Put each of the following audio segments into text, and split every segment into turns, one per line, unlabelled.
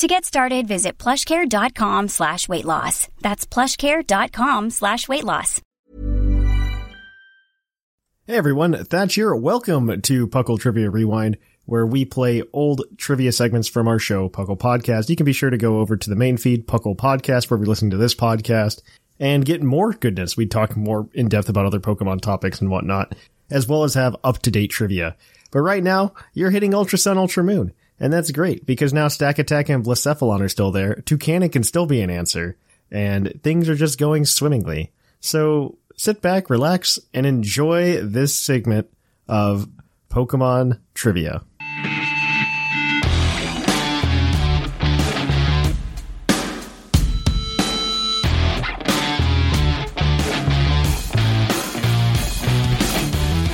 To get started, visit plushcare.com slash weight loss. That's plushcare.com slash weight loss.
Hey everyone, Thatch here. Welcome to Puckle Trivia Rewind, where we play old trivia segments from our show, Puckle Podcast. You can be sure to go over to the main feed, Puckle Podcast, where we listen to this podcast and get more goodness. We talk more in depth about other Pokemon topics and whatnot, as well as have up to date trivia. But right now, you're hitting Ultra Sun, Ultra Moon. And that's great because now Stack Attack and Blacephalon are still there. Toucanic can still be an answer and things are just going swimmingly. So sit back, relax, and enjoy this segment of Pokemon trivia.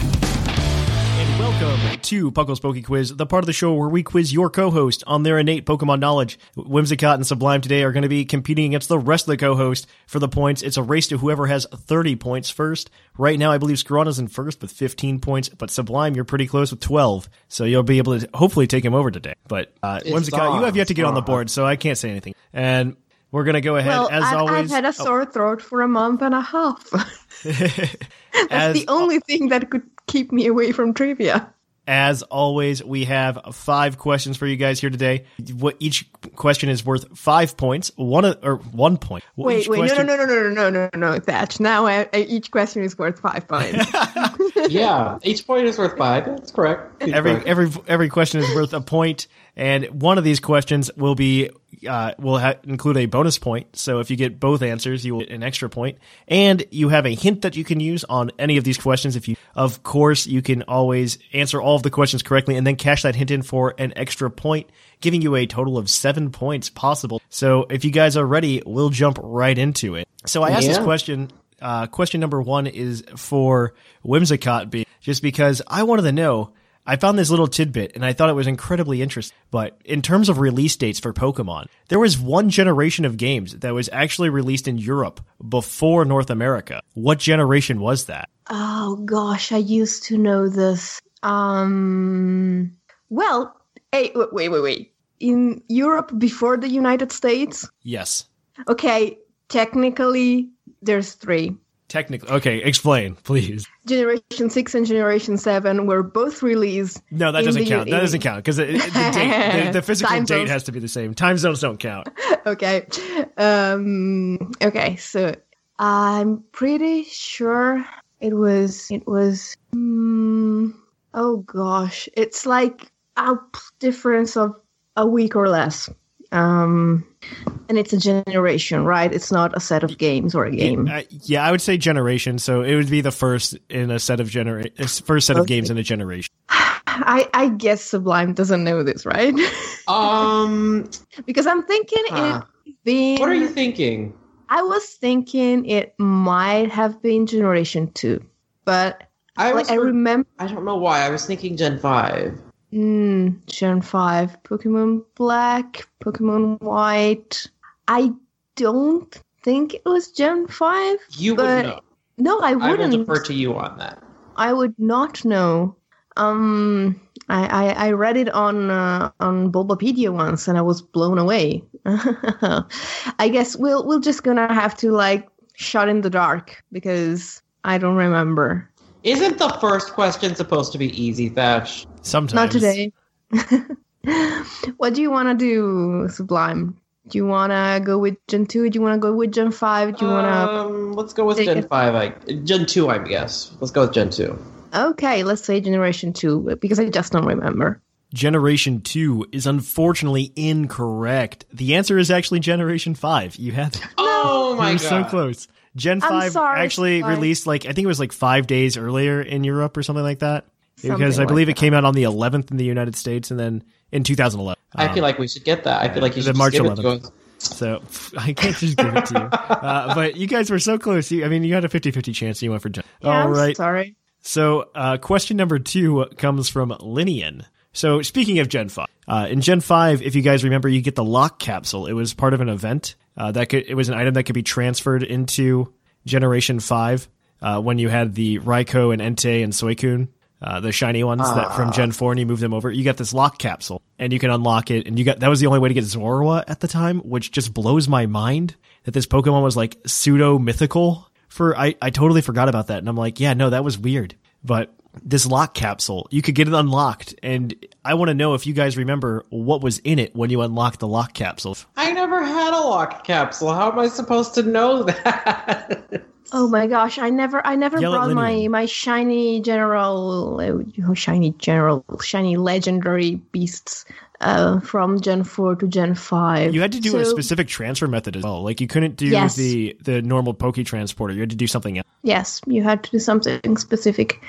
And welcome to Puckle's Poke Quiz, the part of the show where we quiz your co-host on their innate Pokemon knowledge. Whimsicott and Sublime today are going to be competing against the rest of the co-host for the points. It's a race to whoever has 30 points first. Right now, I believe Skarana's in first with 15 points, but Sublime, you're pretty close with 12, so you'll be able to hopefully take him over today. But uh, Whimsicott, you have yet to get on the board, so I can't say anything. And we're going to go ahead,
Well,
as
I've,
always.
I've had a
Oh,
sore throat for a month and a half. That's
as
the only thing that could keep me away from trivia.
As always, we have five questions for you guys here today. What each question is worth five points. One of- or one point. What
Wait,
each
wait, no,
question-
no, no, no, no, no, no, no, Thatch. Now I, I, each question is worth five points.
yeah, each point is worth five. That's correct. Each
Every
point.
every every question is worth a point, and one of these questions will be uh, will ha- include a bonus point. So if you get both answers, you will get an extra point, and you have a hint that you can use on any of these questions. If you, of course, you can always answer all of the questions correctly, and then cash that hint in for an extra point, giving you a total of seven points possible. So if you guys are ready, we'll jump right into it. So I asked this
Yeah.
question uh, question number one is for Whimsicott B, just because I wanted to know. I found this little tidbit and I thought it was incredibly interesting. But in terms of release dates for Pokemon, there was one generation of games that was actually released in Europe before North America. What generation was that?
oh gosh, I used to know this. Um, well, hey, w- wait, wait, wait. In Europe before the United States?
Yes.
Okay, technically there's three.
Technically. Okay, explain, please.
Generation 6 and Generation 7 were both released
No, that
In
doesn't
the
count. That
UAE.
doesn't count because the, date- the, the physical
Time
date
zones.
has to be the same. Time zones don't count.
okay. Um okay, so I'm pretty sure it was it was hmm, oh gosh, it's like a p- difference of a week or less. Um and it's a generation, right? It's not a set of games or a game.
Uh, yeah, I would say generation. So it would be the first in a set of genera- first set of games in a generation.
I I guess Sublime doesn't know this, right?
Um,
because I'm thinking
Huh.
it being
what are you thinking?
I was thinking it might have been generation 2, but
I was,
like I remember
I don't know why. I was thinking Gen Five.
Mm, Gen 5, Pokemon Black, Pokemon White. I don't think it was Gen 5.
You
But
would know.
No, I
I will
wouldn't.
defer to you on that.
I would not know. Um, I, I, I read it on uh, on Bulbapedia once, and I was blown away. I guess we'll we'll just gonna have to like shot in the dark because I don't remember.
Isn't the first question supposed to be easy, Thatch?
Sometimes
Not today. what do you want to do, Sublime? Do you want to go with Gen 2? Do you want to go with Gen 5? Do you want
Um, let's go with
Take
Gen
it.
Five. I Gen Two, I guess. Let's go with Gen Two.
to? Okay, let's say Generation 2 because I just don't remember.
Generation 2 is unfortunately incorrect. The answer is actually Generation 5. You had
Oh my
you were
god!
so close. Gen
I'm
5
sorry,
actually
sorry.
released like I think it was like 5 days earlier in Europe or something like that. because I
Something
believe
like
it came out on the 11th in the United States and then in 2011.
I feel like we should get that. I feel like you
Uh, The
should
March
March give it to
11th.
us.
So pff, I can't just give it to you. Uh, but you guys were so close. You, I mean, you had a 50-50 chance. And you went for Gen.
Yeah,
All
I'm
right.
sorry.
So, uh, question number two comes from Linian. So, speaking of Gen 5, uh, in Gen 5, if you guys remember, you get the lock capsule. It was part of an event uh, that could, it was an item that could be transferred into Generation 5 uh, when you had the Raikou and Entei and Suicune, uh, the shiny ones that from Gen 4, and you move them over. You got this lock capsule and you can unlock it. And you got, that was the only way to get Zorua at the time, which just blows my mind that this Pokemon was like pseudo mythical for I, I totally forgot about that and i'm like yeah no that was weird but this lock capsule you could get it unlocked and i want to know if you guys remember what was in it when you unlocked the lock capsule
I never had a lock capsule. How am I supposed to know that?
Oh my gosh, I never I never
Yell at
brought my
Linian.
my shiny general uh, shiny general shiny legendary beasts uh from Gen 4 to Gen 5.
you had to do a
So-
specific transfer method as well like you couldn't do
Yes.
the the normal poke transporter you had to do something else
Yes, you had to do something specific.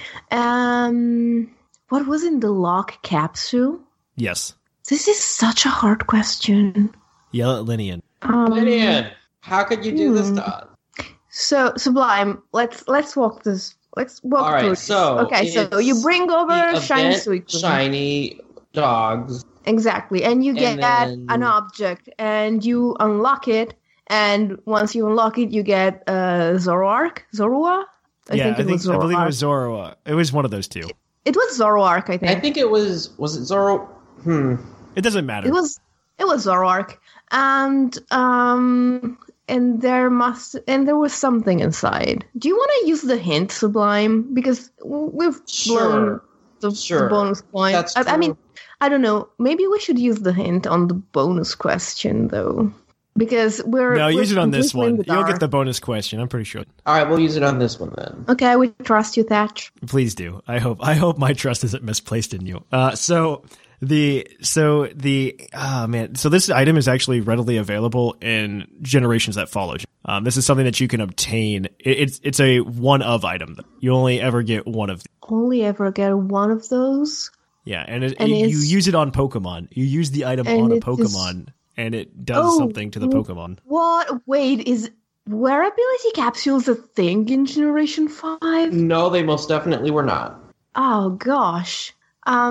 Um what was in the lock capsule?
yes
This is such a hard question.
yell at linian
Um,
Lydian, how could you do this
Hmm.
to us?
So Sublime, let's let's walk this. Let's walk
All right,
through. this.
so
okay, so
it's
you bring over
The
shiny
event,
Suicune.
shiny dogs.
Exactly, and you
And
get
then-
an object, and you unlock it. And once you unlock it, you get uh, Zoroark. Zorua.
yeah i think i believe it
Zoroark.
was zoroa it was one of those two
It was Zoroark, I think.
I think it was was it Zoro? Hmm.
it doesn't matter
it was it was Zoroark, and um, and there must and there was something inside. Do you want to use the hint, Sublime? Because we've blown
Sure.
the, the
Sure.
bonus point.
That's
I, I mean,
true.
I don't know. Maybe we should use the hint on the bonus question, though, because we're
no
we're
use it on this
completely in
one
the
you'll
dark.
get the bonus question i'm pretty sure
All right, we'll use it on this one then.
Okay, we trust you, Thatch.
Please do. I hope. I hope my trust isn't misplaced in you. Uh, so the so the ah man. So this item is actually readily available in generations that follow. Um, this is something that you can obtain. It, it's it's a one of item. though. You only ever get one of.
Only ever get one of those.
Yeah, and, it,
And
you, you
it's-
use it on Pokemon. You use the item
And
on a
it is-
Pokemon, and it does
Oh,
something to the
mm.
Pokemon.
What? Wait, is wearability capsules a thing in Generation Five?
No, they most definitely were not.
Oh gosh.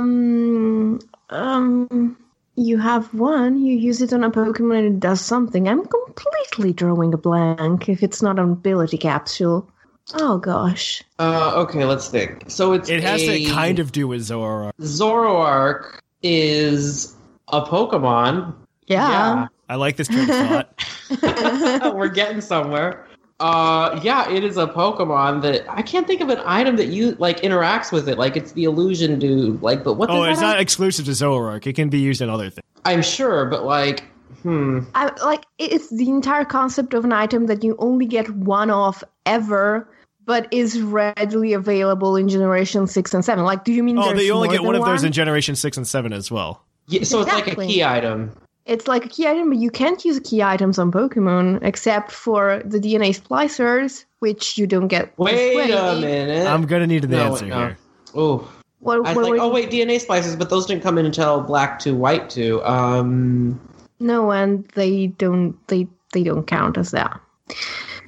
Um um you have one, you use it on a Pokemon and it does something. I'm completely drawing a blank if it's not an ability capsule. Oh gosh.
Uh, okay, let's think. So it's
It has
a
to kind of do with Zoroark.
Zoroark is a Pokemon.
Yeah.
I like this train of thought.
Yeah, we're getting somewhere. Uh, yeah, it is a Pokemon that I can't think of an item that you like interacts with it. Like it's the illusion dude. Like, but what?
oh,
does
it's
that
not exclusive to Zoroark. It can be used in other things.
I'm sure, but like, hmm.
I, like it's the entire concept of an item that you only get one of ever but is readily available in generation 6 and 7. Like do you mean
Oh,
there's
they only
more
get
than
one of those in Generation Six and Seven as well.
Yeah, so it's
Exactly.
like a key item.
It's like a key item, but you can't use key items on Pokemon except for the DNA splicers, which you don't get. this
Wait
way.
a minute.
I'm gonna need an
No,
answer
no.
here.
Oh,
What,
I
what
was
were
like, oh
you-
wait, DNA splices, but those didn't come in until black to white to. Um,
No, and they don't. They they don't count as that.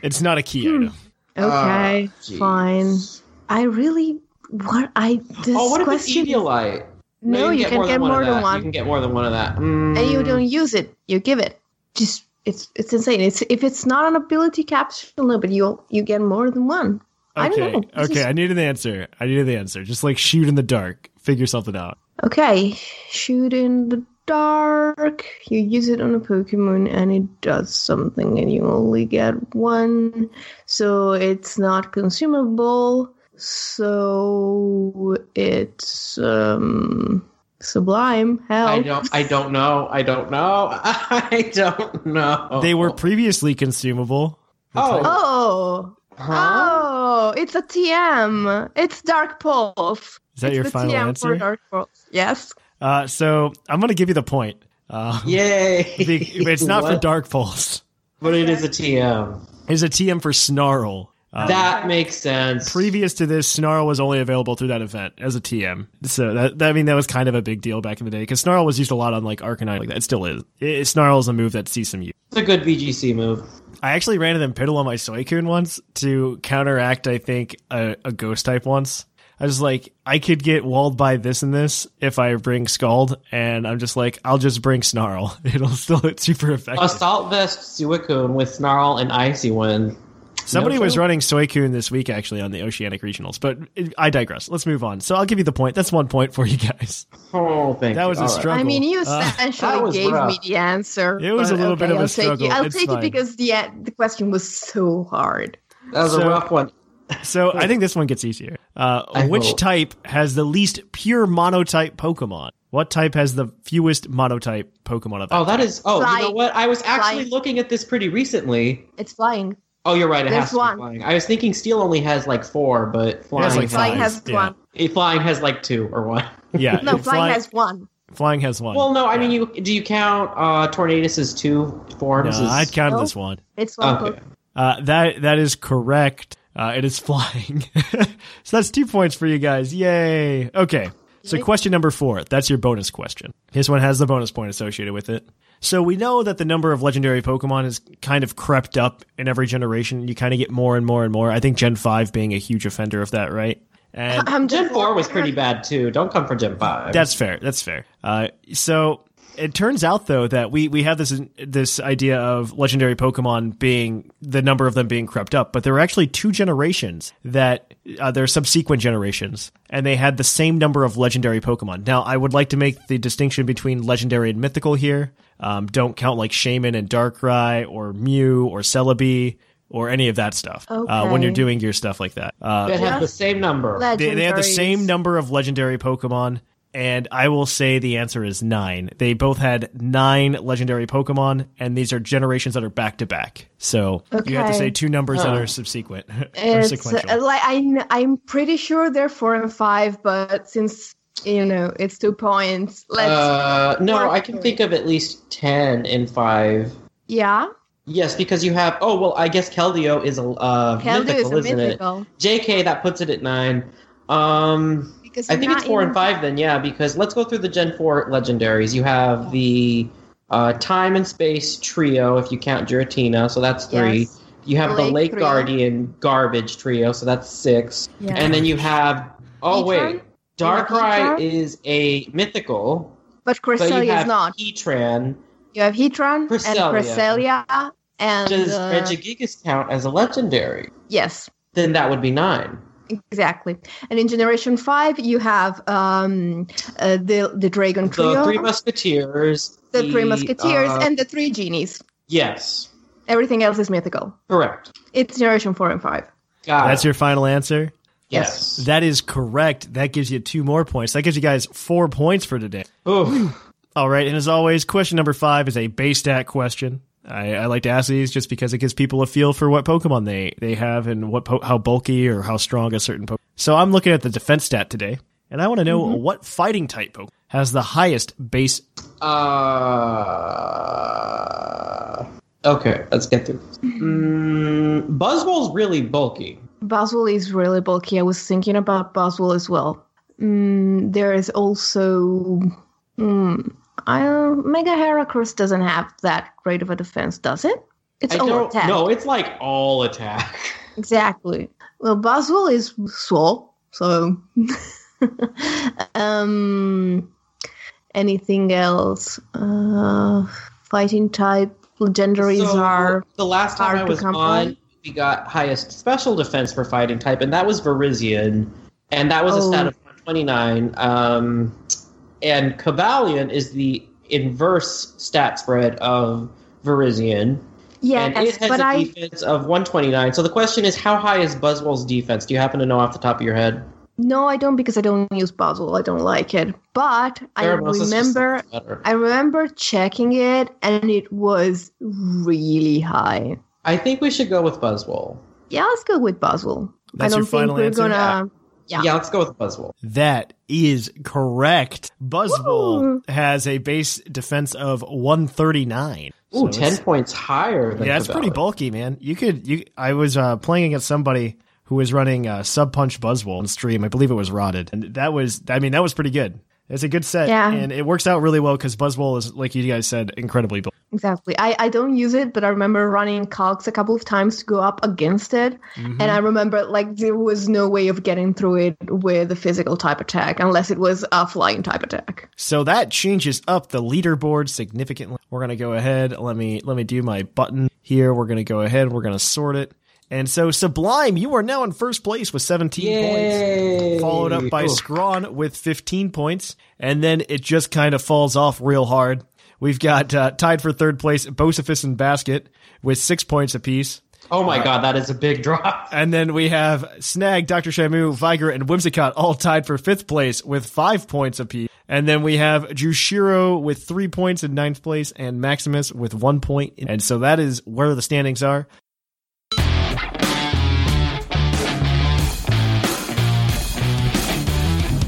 It's not a
Hmm.
key item.
Okay,
Ah, jeez.
fine. I really what I this
oh, what if it's
question.
Eviolite?
no, you, can get more
of
than
that.
one,
You can get more than one of that. Mm,
and you don't use it. You give it. Just it's it's insane. It's if it's not an ability capsule, no, but you you get more than one. I don't
Okay,
know. This
okay.
is-
I need an answer. I need an answer. Just like shoot in the dark, figure something out.
Okay, shoot in the dark. You use it on a Pokemon and it does something, and you only get one, so it's not consumable. So it's um, Sublime. Hell.
Mm. I don't. I don't know. I don't know. I don't know.
They were previously consumable.
Oh,
Oh.
huh?
Oh, it's a TM. It's Dark Pulse.
Is that
It's
your
the
final
TM
answer?
For Dark Pulse. Yes.
Uh, so I'm going to give you the point. Uh,
Yay!
the- it's not for
What?
Dark Pulse.
but it is a TM.
It's a TM for Snarl. Uh,
That makes sense.
previous to this, Snarl was only available through that event as a TM. So that, that I mean, that was kind of a big deal back in the day because Snarl was used a lot on like Arcanine. Like that, it still is. It, Snarl is a move that sees some use.
it's a good VGC move.
I actually ran it in Piddle on my Suicune once to counteract, I think, a, a ghost type once. I was like, I could get walled by this and this if I bring Scald, and I'm just like, I'll just bring Snarl. It'll still it's super effective.
Assault vest Suicune with snarl and icy wind.
Somebody
No
was
joke.
running Suicune this week, actually, on the Oceanic Regionals, but it, I digress. Let's move on. So I'll give you the point. That's one point for you guys.
Oh, thank
That
you.
was
All
a
right.
struggle.
I mean, you
Uh,
that
essentially
was
gave
rough.
me the answer.
It was a
but
little bit of a
I'll take
struggle.
it. I'll
It's
take
fine.
it because the the question was so hard.
That was
So-
a rough one.
so I think this one gets easier. Uh,
I
which
hope.
type has the least pure monotype Pokemon? What type has the fewest monotype Pokemon of that?
Oh, that is. Oh, you know
Flying.
what? I was actually
Flying.
looking at this pretty recently.
It's flying.
Oh, you're right. It
There's
has to
one.
be flying. I was thinking steel only has like four, but flying
has, like,
has,
five.
Flying has
yeah.
one.
eh, flying has like two or one.
yeah,
No, flying
fly-
has one.
flying has one.
Well, no, I mean, you do you count uh, tornadoes as two
No,
forms? as-
I'd count
No.
this one.
It's one.
Okay.
Uh, that that is correct. Uh, it is flying. so that's two points for you guys. Yay. Okay. So question number four. That's your bonus question. This one has the bonus point associated with it. So we know that the number of legendary Pokemon has kind of crept up in every generation. You kind of get more and more and more. I think Gen five being a huge offender of that, right? And
I'm
Gen
just-
four was pretty bad too. Don't come for Gen five.
That's fair. That's fair. Uh, so it turns out though that we we have this this idea of legendary Pokemon being the number of them being crept up, but there were actually two generations that uh, they're subsequent generations, and they had the same number of legendary Pokemon. Now, I would like to make the distinction between legendary and mythical here. Um, don't count like Shaman and Darkrai or Mew or Celebi or any of that stuff uh, when
Okay.
you're doing your stuff like that. Uh,
that have the same number.
they, they had the
Legendaries.
same number of legendary Pokemon, and I will say the answer is nine. They both had nine legendary Pokemon, and these are generations that are back to back. So you have to
Okay.
say two numbers that
Huh.
are subsequent or
It's
sequential.
uh, like I kn- I'm pretty sure they're four and five, but since you know it's two points, let's
Uh, no,
Or-
I can think of at least ten and five.
yeah.
Yes, because you have. Oh well, I guess Keldeo is a uh,
Keldu
mythical,
is a
isn't
mythical
it? JK that puts it at nine. Um,
because
I
I'm
think it's
not
four and
even-
five then. Yeah, because let's go through the Gen four legendaries. You have the uh, time and space trio if you count Giratina, so that's three.
Yes.
You have the
Lake
Lake
trio.
Guardian garbage trio, so that's six.
Yeah.
And then you have
Heatran?
oh wait,
You have
Darkrai
Heatran?
is a mythical.
But
But you
Cresselia
have
is not.
Heatran.
You have Heatran
Cresselia.
and Cresselia and
Does
uh,
Regigigas count as a legendary?
yes,
Then that would be nine.
exactly. And in Generation Five, you have um, uh, the the Dragon Trio,
The Three Musketeers.
the Three Musketeers,
uh,
and the Three Genies.
yes,
Everything else is mythical.
correct.
It's Generation Four and Five.
Got
That's
it.
your final answer.
yes.
That is correct. That gives you two more points. That gives you guys four points for today.
Ooh.
All right, and as always, question number five is a base stat question. I, I like to ask these just because it gives people a feel for what Pokemon they, they have and what po- how bulky or how strong a certain Pokemon. So I'm looking at the defense stat today, and I want to know
Mm-hmm.
what fighting type Pokemon has the highest base.
Uh, okay, let's get through. this.
Mm-hmm.
Mm, Buzzball's really bulky.
Boswell is really bulky. I was thinking about Boswell as well. Mm, there is also. Mm, I, Mega Heracross doesn't have that great of a defense, does it? It's
I
all
don't.
attack.
No, it's like all attack.
Exactly. Well, Boswell is swole, so. um, anything else? Uh, fighting type legendaries
So,
are.
the last time
hard
I
to
was
come
on,
by.
we got highest special defense for fighting type, and that was Verizian, and that was a
Oh.
stat of 129. Um, and Cavalion is the inverse stat spread of Verizian, and it
Yes,
has
but
a
I
defense of 129. So the question is, how high is Buzzwell's defense? Do you happen to know off the top of your head?
No, I don't because I don't use Buzzle. I don't like it. But I
Theranos is just
remember
better.
I remember checking it and it was really high.
I think we should go with Buzzwole.
Yeah, let's go with Buzzle. I
That's
don't
your
think
final
we're
answer?
gonna
Yeah,
Yeah.
let's go with Buzzwole.
That is correct. Buzzwole
Woo!
has a base defense of 139.
Ooh,
So
10
it's-
points higher than
Yeah, that's pretty
Cabela's.
bulky, man. You could you I was uh playing against somebody who was running uh sub punch buzzwole on stream. I believe it was rotted. And that was I mean, that was pretty good. It's a good set.
Yeah.
And it works out really well because Buzzwole is, like you guys said, incredibly bulky.
Exactly. I, I don't use it, but I remember running calcs a couple of times to go up against it.
Mm-hmm.
And I remember like there was no way of getting through it with a physical type attack unless it was a flying type attack.
So that changes up the leaderboard significantly. We're gonna go ahead. Let me let me do my button here. We're gonna go ahead. We're gonna sort it. And so Sublime, you are now in first place with 17
Yay.
points, followed up by
Ooh.
Scrawn with 15 points, and then it just kind of falls off real hard. We've got uh, tied for third place Bosifus and Basket with six points apiece. Uh,
Oh my god, that is a big drop.
And then we have Snag, Dr. Shamu, Viger, and Whimsicott all tied for fifth place with five points apiece. And then we have Jushiro with three points in ninth place and Maximus with one point. And so that is where the standings are.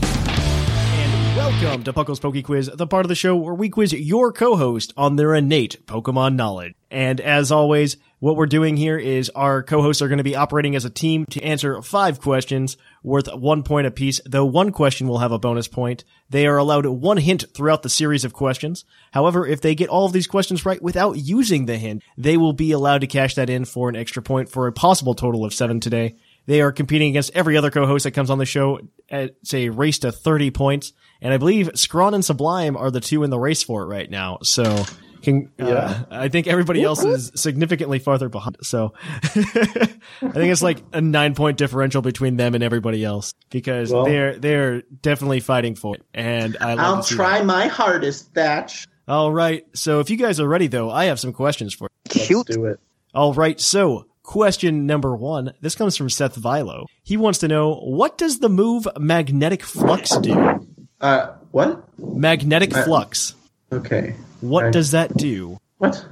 And Welcome to Puckle's Poke Quiz, the part of the show where we quiz your co-host on their innate Pokemon knowledge. And as always, what we're doing here is our co-hosts are going to be operating as a team to answer five questions worth one point apiece, though one question will have a bonus point. They are allowed one hint throughout the series of questions. However, if they get all of these questions right without using the hint, they will be allowed to cash that in for an extra point for a possible total of seven today. They are competing against every other co-host that comes on the show at say race to 30 points. And I believe Scrawn and Sublime are the two in the race for it right now. So can, uh, I think everybody else is significantly farther behind. So I think it's like a nine point differential between them and everybody else because they're, they're definitely fighting for it. And I love
I'll
to see
try
that.
my hardest, Thatch.
All right. So if you guys are ready though, I have some questions for you.
Cute.
Do it.
All right, so question number one. This comes from Seth Vilo. He wants to know what does the move magnetic flux do?
Uh, what? Uh,
Magnetic flux.
Okay.
What
Mag-
does that do?
What?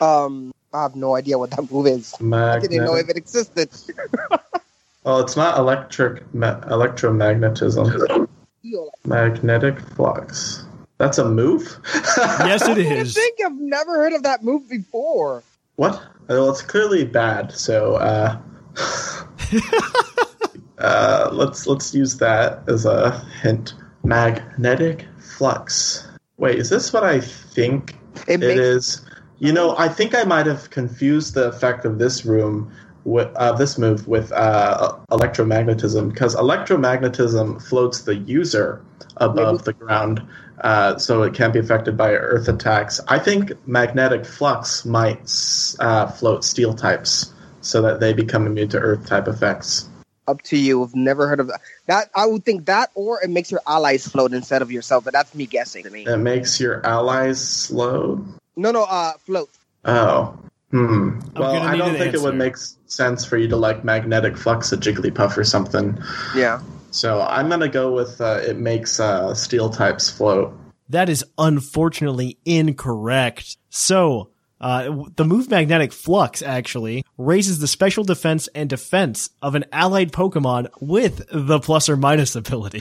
Um, I have no idea what that move is. I
Magnetic.
didn't know if it existed.
Oh, it's not electric ma- electromagnetism. Magnetic flux. That's a move.
Yes, it
I
is.
think I've never heard of that move before.
What? Well, it's clearly bad. So uh, uh, let's let's use that as a hint. Magnetic flux. Wait, is this what I think
It
it
makes-
is? You know, I think I might have confused the effect of this room with uh, this move with uh, electromagnetism because electromagnetism floats the user above the ground, uh, so it can't be affected by earth attacks. I think magnetic flux might s- uh, float steel types so that they become immune to earth type effects.
Up to you. I've never heard of that. That I would think that, or it makes your allies float instead of yourself. But that's me guessing. To me,
It makes your allies slow.
no, no, uh, float.
Oh. Hmm. Well,
gonna
I
need
don't
an
think it would
answer.
make s- sense for you to like magnetic flux a Jigglypuff or something.
Yeah,
So I'm gonna go with uh, it makes uh, steel types float.
That is unfortunately incorrect. So, uh, w- the move magnetic flux actually raises the special defense and defense of an allied Pokemon with the plus or minus ability.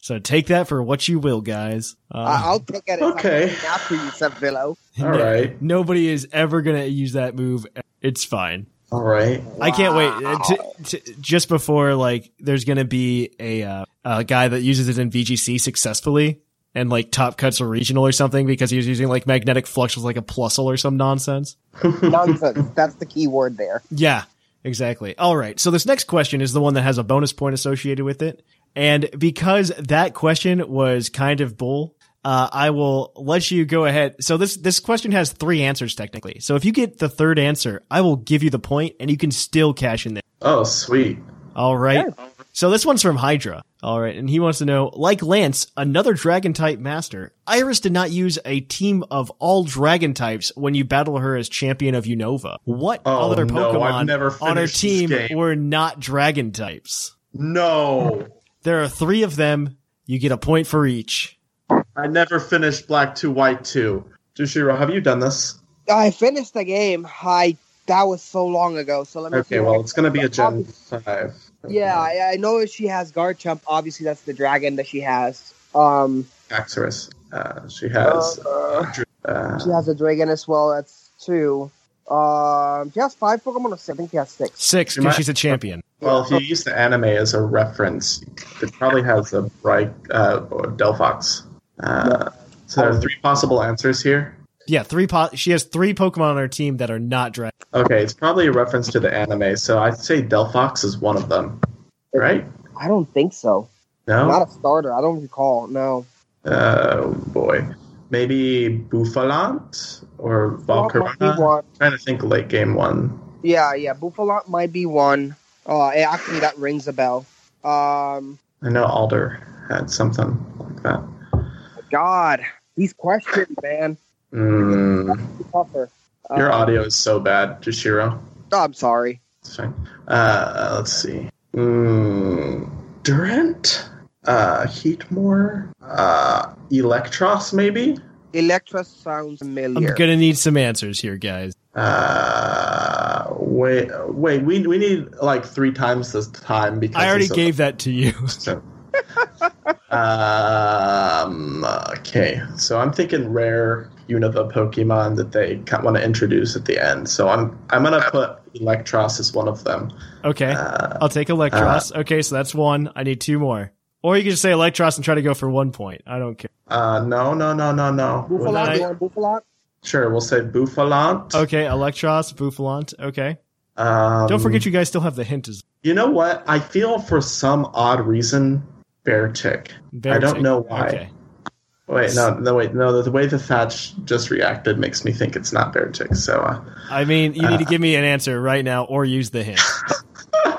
So take that for what you will, guys. Uh,
I I'll take it. as
Okay.
something After you said Villo.
All right.
Nobody is ever going to use that move. It's fine.
All right.
I can't wait. Uh, t- t- just before like there's going to be a uh, a guy that uses it in VGC successfully and like top cuts a regional or something because he was using like magnetic flux with like a plusle or some nonsense.
Nonsense. that's the key word there.
Yeah, exactly. All right. So this next question is the one that has a bonus point associated with it. And because that question was kind of bull, uh, I will let you go ahead. So this, this question has three answers technically. So if you get the third answer, I will give you the point and you can still cash in there.
Oh, sweet.
All right. So this one's from Hydra. All right. And he wants to know, like Lance, another dragon type master, Iris did not use a team of all dragon types when you battle her as champion of Unova. What
Oh,
other
no, I've
Pokemon
never
on her
finished this
team
game.
were not dragon types?
No,
There are three of them. You get a point for each.
I never finished Black Two White Two. Jushiro, have you done this?
I finished the game. I that was so long ago. So let me. see Um,
Okay,
what I
well, it's gonna be a
can-
Gen Five.
Yeah, I, I know she has Garchomp. Obviously, that's the dragon that she has. Um,
Axorus. Uh, she has.
uh,
Uh,
she has a dragon as well. That's two. Um, she has five Pokemon. Or six? I think she has six.
Six,
Am I-
because she's a champion.
well, if you use the anime as a reference, it probably has a bright uh, or Delphox. Uh, so there are three possible answers here.
Yeah, three. Po- she has three Pokemon on her team that are not dragon.
Okay, it's probably a reference to the anime, so I'd say Delphox is one of them, right?
I don't think so.
No.
Not a starter. I don't recall. No.
Oh boy, maybe Buffalant or
Might be
Valkyrie.
one.
Trying to think late game one.
Yeah, yeah. Buffalant might be one. Uh, eh, actually, that rings a bell. Um,
I know Alder had something like that.
God, these questions, man,
Mm,
tougher. Uh,
your audio is so bad, Jashiro.
I'm sorry.
It's fine. Uh, let's see. Mm, Durant, uh, Heatmore, uh, Electros, maybe.
Electra sounds
I'm
familiar.
gonna need some answers here, guys.
Uh, wait, wait. We we need like three times this time because
I already
it's a-
gave that to you.
So, um, okay, so I'm thinking rare Unova Pokemon that they want to introduce at the end. So I'm I'm gonna put Electros as one of them.
Okay,
Uh,
I'll take Electros. okay, so that's one. I need two more. Or you can just say Electros and try to go for one point. I don't care.
Uh, no, no, no, no, no. We'll-
Buffalant,
Nice.
you want Buffalant?
Sure, we'll say Buffalant.
Okay, Electros, Buffalant. Okay,
Um,
don't forget you guys still have the hint as
You know what? I feel for some odd reason Bear Tick. I don't
Beartic.
know why.
Okay.
Wait, no, no, wait, no. The way the Thatch just reacted makes me think it's not Bear Tick. So. Uh,
I mean, you need to give me an answer right now, or use the hint.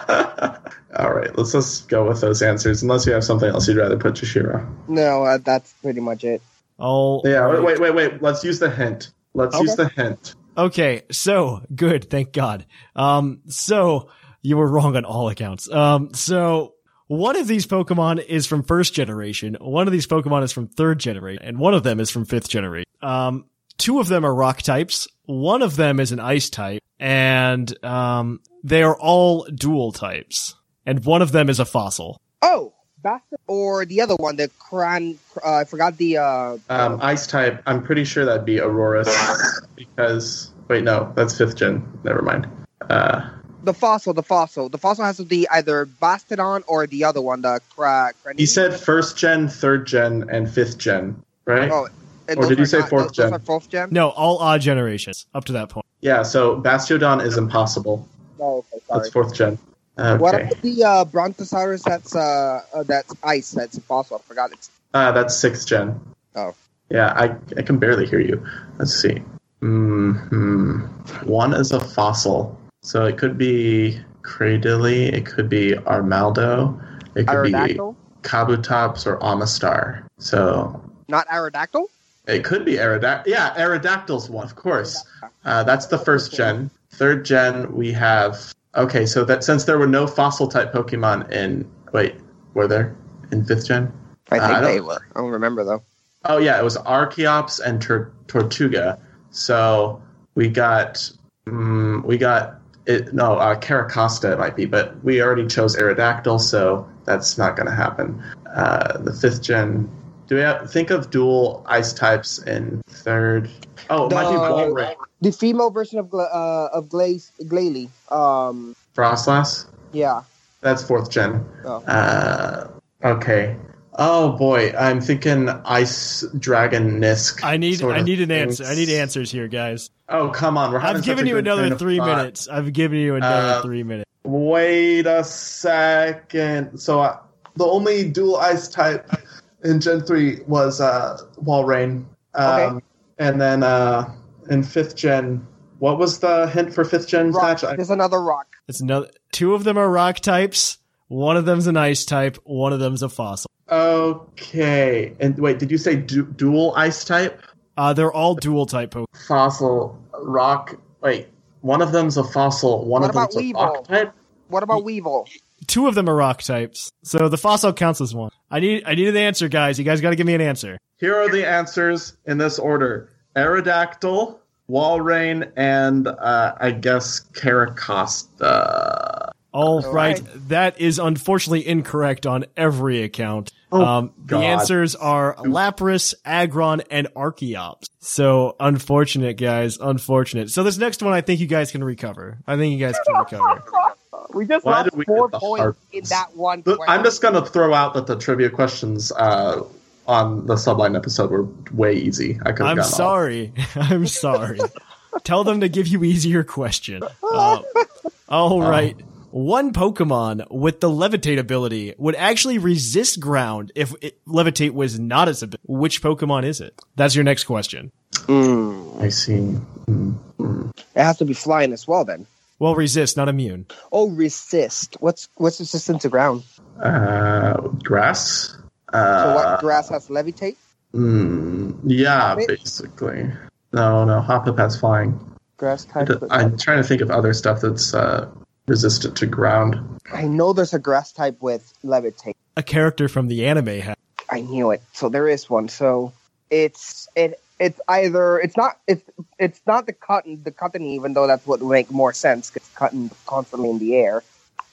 All right, let's just go with those answers. Unless you have something else you'd rather put Toshiro.
No, uh, that's pretty much it.
All
Yeah,
right.
wait, wait, wait. Let's use the hint. Let's use the hint.
Okay, so good, thank God. Um, so you were wrong on all accounts. Um, so one of these Pokemon is from first generation, one of these Pokemon is from third generation, and one of them is from fifth generation. Um, two of them are rock types, one of them is an ice type, and um, they are all dual types, and one of them is a fossil.
Oh, Basta or the other one, the Cran. Uh, I forgot the. Uh,
Um, ice type. I'm pretty sure that'd be Aurora's because wait, no, that's fifth gen. Never mind. Uh,
The fossil, the fossil. The fossil has to be either Bastodon or the other one, the cra- Cranny.
he said first gen, third gen, and fifth gen, right?
Oh, and
Or
those
did you
are
say
not-
fourth
those
gen?
are fourth gen?
No, all odd generations up to that point.
Yeah. So Bastiodon is impossible.
Oh, okay, sorry.
That's fourth gen.
What
Okay.
about the uh, Brontosaurus that's uh, uh, that's ice, that's a fossil? I forgot it's
Uh, that's sixth gen.
Oh.
Yeah, I, I can barely hear you. Let's see. hmm One is a fossil. So it could be Cradilly, it could be Armaldo, it could be
Aerodactyl?
Kabutops or Amistar. So
Not Aerodactyl?
it could be Aerodactyl. Yeah, Aerodactyl's one, of course. Uh, that's the first gen. Third gen, we have. Okay, so that since there were no fossil type Pokemon in. Wait, were there? In fifth gen? Uh,
I think
I don't-
they were. I don't remember though.
Oh yeah, it was Archeops and Tor- Tortuga. So we got mm we got it. No, uh, Caracosta it might be, but we already chose Aerodactyl, so that's not going to happen. Uh, the fifth gen. Do we have, think of dual ice types in third? Oh, it might be
No.
Walrick.
The female version of Gla- uh, of Glaze Glalie. Um,
Frostlass.
yeah.
That's fourth gen.
Oh.
Uh, okay. Oh boy, I'm thinking ice dragon Nisk.
I need
sort
I
of
need an answer. I
things.
need answers here, guys.
Oh come on, we're having
I've
such
given
a
you
good train
another
of
three
thought.
minutes. I've given you another
Uh,
three minutes.
Wait a second. So I, the only dual ice type in Gen three was uh, Walrein. Um,
Okay.
And then uh, in fifth gen, what was the hint for fifth gen?
Rock.
Thatch? I-
There's another rock.
It's another two of them are rock types. One of them's an ice type. One of them's a fossil.
Okay. And wait, did you say du- dual ice type?
Uh, they're all dual type. Pokemon.
Fossil rock. Wait, one of them's a fossil. One
What
of them's
about
a rock
Weevil?
type.
What about Weevil?
Two of them are rock types, so the fossil counts as one. I need I need an answer, guys. You guys got to give me an answer.
Here are the answers in this order: Aerodactyl, Walrein, and uh, I guess Caracosta.
All right. that is unfortunately incorrect on every account. um, the
Oh, God.
answers are Lapras, Agron, and Archeops. So unfortunate, guys. Unfortunate. So this next one, I think you guys can recover. I think you guys can recover.
We just
Why
lost
did we
four
get the
points
heart?
in that one.
But
question.
I'm just gonna throw out that the trivia questions uh, on the subline episode were way easy. I could.
I'm sorry. I'm sorry. Tell them to give you easier question. Uh, all right. One Pokemon with the levitate ability would actually resist ground if it, levitate was not its ability. Which Pokemon is it? That's your next question.
I see. Mm,
It has to be flying as well then.
Well, resist, not immune.
Oh, resist. What's what's resistant to ground?
Uh, grass.
So
Uh,
what grass has levitate?
mm, yeah,
Hoppip?
basically. No, no. Hoppip has flying.
Grass type.
I'm trying to think of other stuff that's uh, resistant to ground.
I know there's a grass type with levitate.
A character from the anime. Ha-
I knew it. So there is one. So it's it it's either it's not it's it's not the cotton the cotton even though that's what would make more sense because cotton constantly in the air.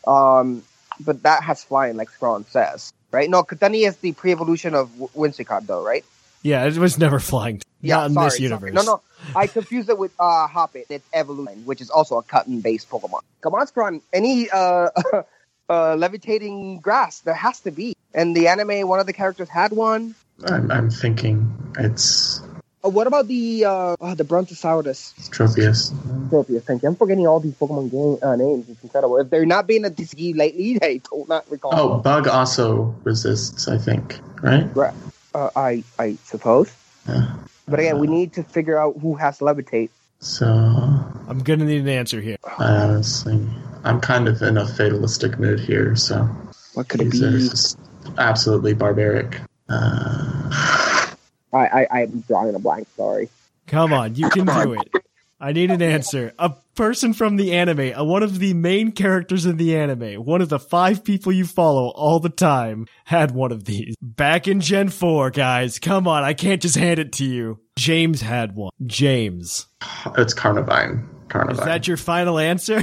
Um, but that has flying like Scrawn says, right? No, Katani is the pre-evolution of W- Whimsicott though, right?
yeah, it was never flying. not in this universe.
No, no, I confused it with uh, Hoppet. It's Evolution, which is also a cotton-based Pokemon. Gamonscron, any uh, uh, levitating grass, there has to be. And the anime, one of the characters had one.
I'm, I'm thinking it's
Uh, what about the uh, oh, the Brontosaurus?
Tropius.
Tropius, thank you. I'm forgetting all these Pokemon game, uh, names. It's incredible. If they're not being a DCG lately, they do not recall.
Oh, bug also resists. I think right.
Right. Uh, I I suppose.
Yeah.
But again, we need to figure out who has levitate.
So I
I'm gonna need an answer here.
honestly, I'm kind of in a fatalistic mood here. So
What could it
these are
be?
just absolutely barbaric. Uh,
I, I I'm drawing a blank. Sorry.
Come on, you can do it. I need an answer. A person from the anime, uh, one of the main characters in the anime, one of the five people you follow all the time, had one of these. Back in Gen 4, guys. Come on, I can't just hand it to you. James had one. James.
It's Carnivine.
Is
Carnivine.
that your final answer?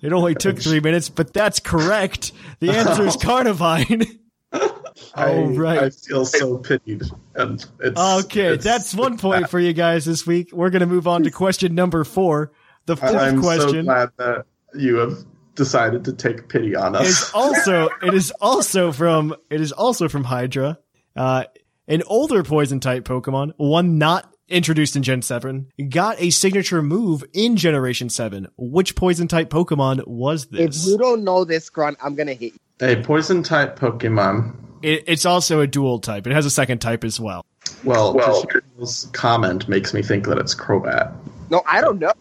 It only took three minutes, but that's correct. The answer is Carnivine.
I,
Oh, right.
I feel so pitied. And it's,
Okay,
it's-
that's one point for you guys this week. We're going to move on to question number four. The 4th
I, I'm so
question
glad that you have decided to take pity on
is
us.
also it is also from it is also from Hydra, uh, an older poison type Pokemon, one not introduced in Gen Seven, got a signature move in Generation Seven. Which poison type Pokemon was
If
this?
you don't know this, Grunt, I'm gonna hit you.
A poison type Pokemon.
It, it's also a dual type. It has a second type as well.
Well, Tashina's comment makes me think that it's Crobat,
No, I don't know.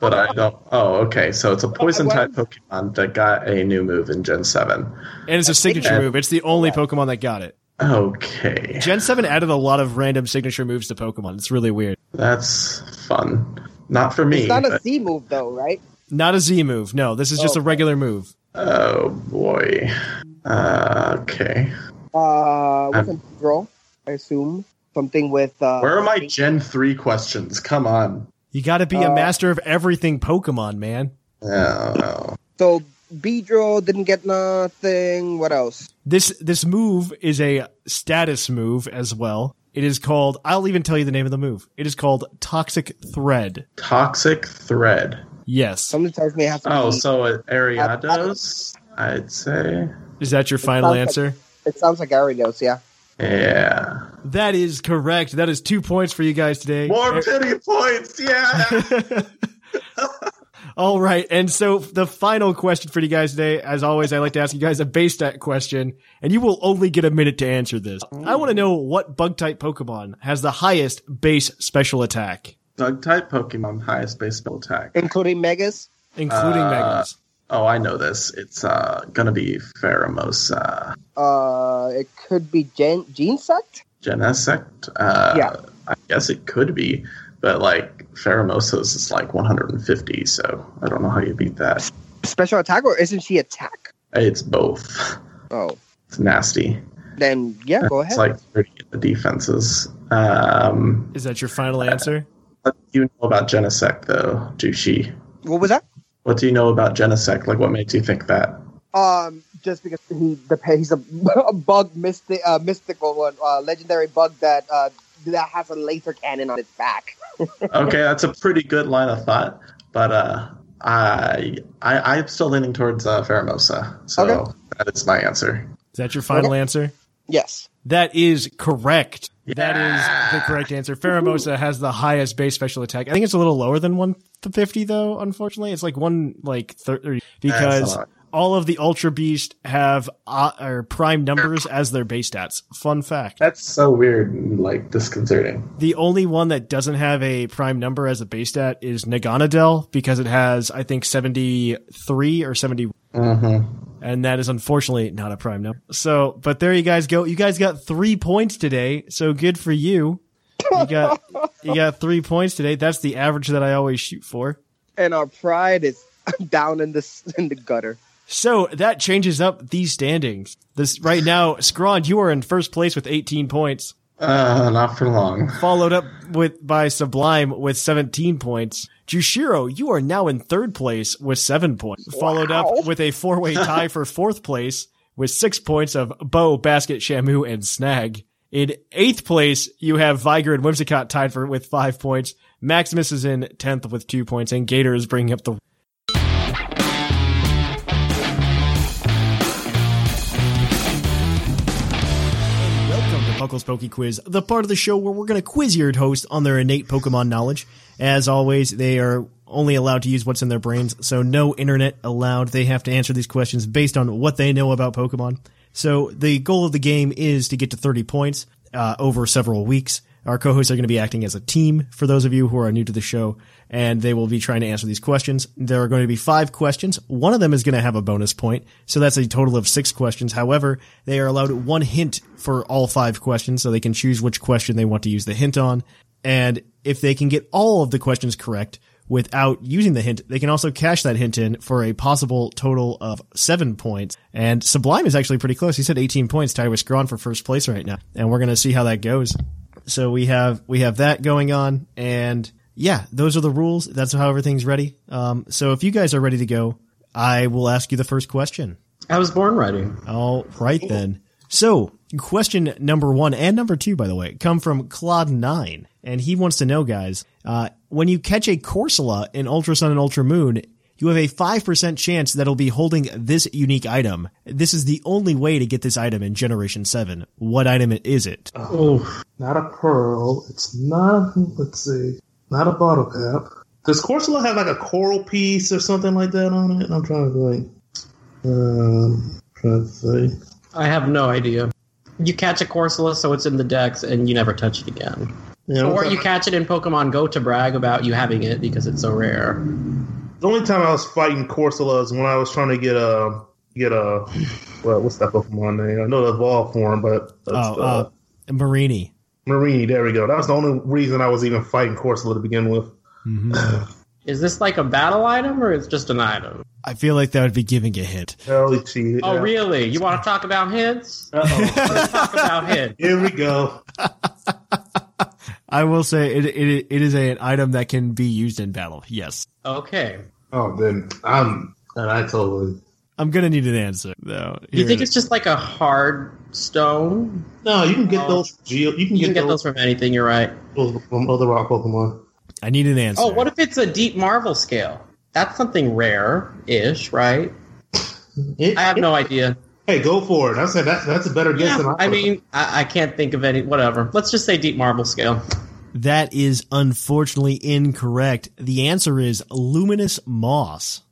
but I don't. Oh, okay. So it's a poison type Pokemon that got a new move in Gen 7.
And it's a signature
that-
move. It's the only Pokemon that got it.
Okay.
Gen 7 added a lot of random signature moves to Pokemon. It's really weird.
That's fun. Not for me.
It's not a
but-
C move though, right?
Not a Z move. No, this is just a regular move.
oh, boy. Uh, okay.
Uh, what's
Um,
a roll? I assume something with. Uh,
Where are my Gen 3 questions? Come on.
You got to be
Uh,
a master of everything Pokemon, man.
Oh, no.
So Beedrill didn't get nothing. What else?
This this move is a status move as well. It is called I'll even tell you the name of the move. It is called Toxic Thread.
Toxic Thread.
Yes.
Something tells me it has to
Oh,
be.
so it- Ariados, I'd say.
Is that your final
sounds like-
answer?
It sounds like Gyarados, yeah.
Yeah.
That is correct. That is 2 points for you guys today.
More pity points. Yeah.
All right. And so the final question for you guys today, as always, I like to ask you guys a base stat question, and you will only get a minute to answer this. I want to know what bug type Pokemon has the highest base special attack,
Bug type Pokemon highest base spell attack.
Including Megas.
Uh,
including Megas.
Oh, I know this. It's uh, gonna be Pheromosa
Uh, it could be Gen- Gene Sect.
Genesect. Uh,
Yeah.
I guess it could be. But like Pheromosos is like 150, so I don't know how you beat that.
Special attack or isn't she attack?
It's both.
Oh,
It's nasty.
then yeah, go ahead.
It's like 30 at the defenses. Um,
Is that your final answer?
what do you know about Genesect though, Jushi?
what was that?
What do you know about Genesect? Like, what makes you think that?
Um, just because he the he's a, a bug mystic, uh, mystical one, uh, legendary bug that uh, that has a laser cannon on its back.
okay, that's a pretty good line of thought, but uh, I, I I'm still leaning towards uh, Faramosa, so
Okay.
that is my answer.
Is that your final answer?
Yes.
That is correct. That is the correct answer. Faramosa has the highest base special attack. I think it's a little lower than 150 though, unfortunately. It's like one, like 30 because
lot.
all of the Ultra Beast have uh, or prime numbers as their base stats. Fun fact.
That's so weird, and, like disconcerting.
The only one that doesn't have a prime number as a base stat is Naganadel because it has, I think, 73 or 70
Mm-hmm.
and that is unfortunately not a prime number. So, but there you guys go. You guys got three points today, so good for you. You got you got three points today. That's the average that I always shoot for.
And our pride is down in the s- in the gutter.
So that changes up these standings. This right now, Scrond, you are in first place with 18 points,
Uh, not for long.
followed up with by Sublime with 17 points. Jushiro, you are now in third place with seven points, followed up with a four way tie for fourth place with six points of Bow, Basket, Shamu, and Snag. In eighth place, you have Viger and Whimsicott tied for with five points. Maximus is in tenth with two points, and Gator is bringing up the Welcome to Puckle's Poke Quiz, the part of the show where we're going to quiz your host on their innate Pokemon knowledge. As always, they are only allowed to use what's in their brains, so no internet allowed. They have to answer these questions based on what they know about Pokemon. So the goal of the game is to get to 30 points uh, over several weeks. Our co-hosts are going to be acting as a team for those of you who are new to the show, and they will be trying to answer these questions. There are going to be five questions. One of them is going to have a bonus point, so that's a total of six questions. However, they are allowed one hint for all five questions, so they can choose which question they want to use the hint on. And if they can get all of the questions correct without using the hint, they can also cash that hint in for a possible total of seven points. And Sublime is actually pretty close. He said 18 points, tied with Scrawn for first place right now. And we're going to see how that goes. So we have we have that going on, and yeah, those are the rules. That's how everything's ready. Um, so if you guys are ready to go, I will ask you the first question.
I was born ready.
All right then. So question number one and number two, by the way, come from Claude Nine, and he wants to know, guys, uh, when you catch a Corsola in Ultra Sun and Ultra Moon. You have a 5% chance that it'll be holding this unique item. This is the only way to get this item in Generation 7. What item is it?
Oh, not a pearl. It's not. Let's see. Not a bottle cap. Does Corsola have like a coral piece or something like that on it? I'm trying to think. Um, trying to think.
I have no idea. You catch a Corsola, so it's in the decks, and you never touch it again.
Yeah,
Or
one
you
time-
catch it in Pokemon Go to brag about you having it because it's so rare.
The only time I was fighting Corsola is when I was trying to get a get a well, what's that Pokemon name? I know the evolved form, but it's,
Oh, uh, Marini.
Marini. There we go. That was the only reason I was even fighting Corsola to begin with.
Mm-hmm.
Is this like a battle item, or it's just an item?
I feel like that would be giving a hint.
Hell, he cheated.
Oh, really? You want to talk about hints?
Uh-oh.
Let's talk about hints.
Here we go.
I will say it, it, it is a, an item that can be used in battle. Yes.
Okay.
Oh, then I'm and I totally.
I'm going to need an answer, though.
Do you
Here
think
it
it's just like a hard stone?
No, you can get
Oh.
those. Geo, you can
You
get,
can get those
those,
from anything. You're right.
from other rock Pokemon.
is. I need an answer.
Oh, what if it's a deep Marvel scale? That's something rare-ish, right?
It-
I have no idea.
Hey, go for it. I said that, that's a better guess than I.
I mean, I, I can't think of any. Whatever. Let's just say deep marble scale.
That is unfortunately incorrect. The answer is luminous moss.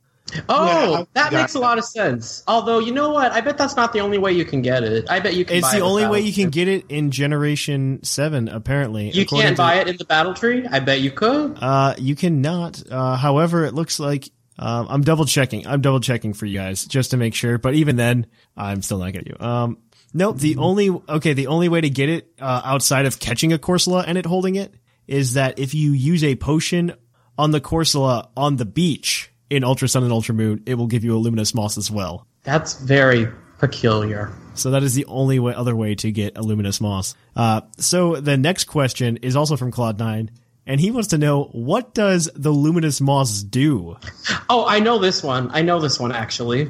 Oh,
Yeah, I
that
got
makes a lot of sense. Although, you know what? I bet that's not the only way you can get it. I bet you can.
It's
buy
the
it
only
without
way you can
it.
get it in Generation 7, apparently.
You
according
can't
to-
buy it in the battle tree. I bet you could.
Uh, you cannot. Uh, however, it looks like um, I'm double checking. I'm double checking for you guys just to make sure. But even then, I'm still not getting you. Um,
Mm-hmm.
nope. The only okay, the only way to get it uh, outside of catching a Corsola and it holding it is that if you use a potion on the Corsola on the beach in Ultra Sun and Ultra Moon, it will give you a Luminous Moss as well.
That's very peculiar.
So that is the only way, other way to get a Luminous Moss. Uh, so the next question is also from Cloud9, and he wants to know, what does the Luminous Moss do?
Oh, I know this one. I know this one actually.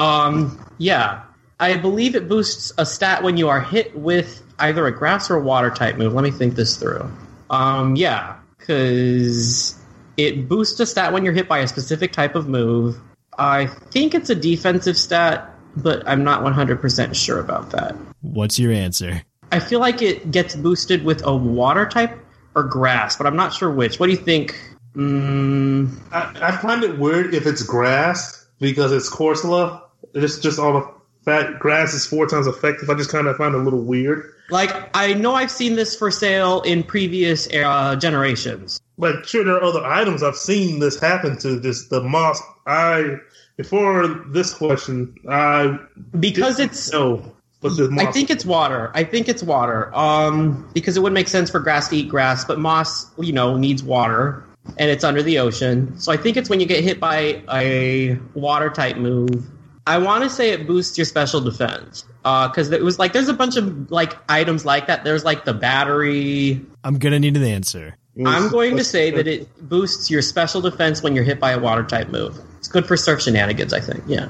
Um, yeah, I believe it boosts a stat when you are hit with either a grass or a water type move. Let me think this through. Um, yeah, because it boosts a stat when you're hit by a specific type of move. I think it's a defensive stat, but I'm not 100% sure about that.
What's your answer?
I feel like it gets boosted with a water type or grass, but I'm not sure which. What do you think? Mm,
I, I find it weird if it's grass because it's Corsola. It's just all the fat grass is four times effective. I just kind of find it a little weird.
like, I know I've seen this for sale in previous uh, generations.
Like, sure, there are other items I've seen this happen to. This the moss. I before this question, I
Because it's
no, but the moss.
I think it's water. I think it's water. Um, because it would make sense for grass to eat grass, but moss, you know, needs water, and it's under the ocean. So I think it's when you get hit by a water type move. I want to say it boosts your special defense because it was like there's a bunch of like items like that. There's like the battery.
I'm gonna need an answer.
I'm going to say that it boosts your special defense when you're hit by a water type move. It's good for surf shenanigans, I think. Yeah,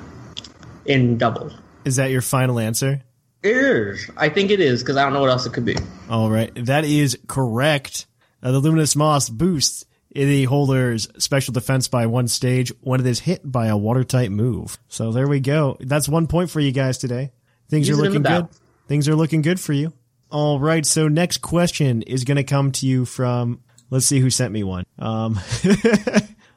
in double.
Is that your final answer?
Is I think it is because I don't know what else it could be.
All right, that is correct. Uh, the luminous moss boosts the holder's special defense by one stage when it is hit by a water type move. So there we go. That's one point for you guys today. Things
Use
are
it in the
looking good.
battle.
Things are looking good for you. All right, so next question is going to come to you from. Let's see who sent me one. Um,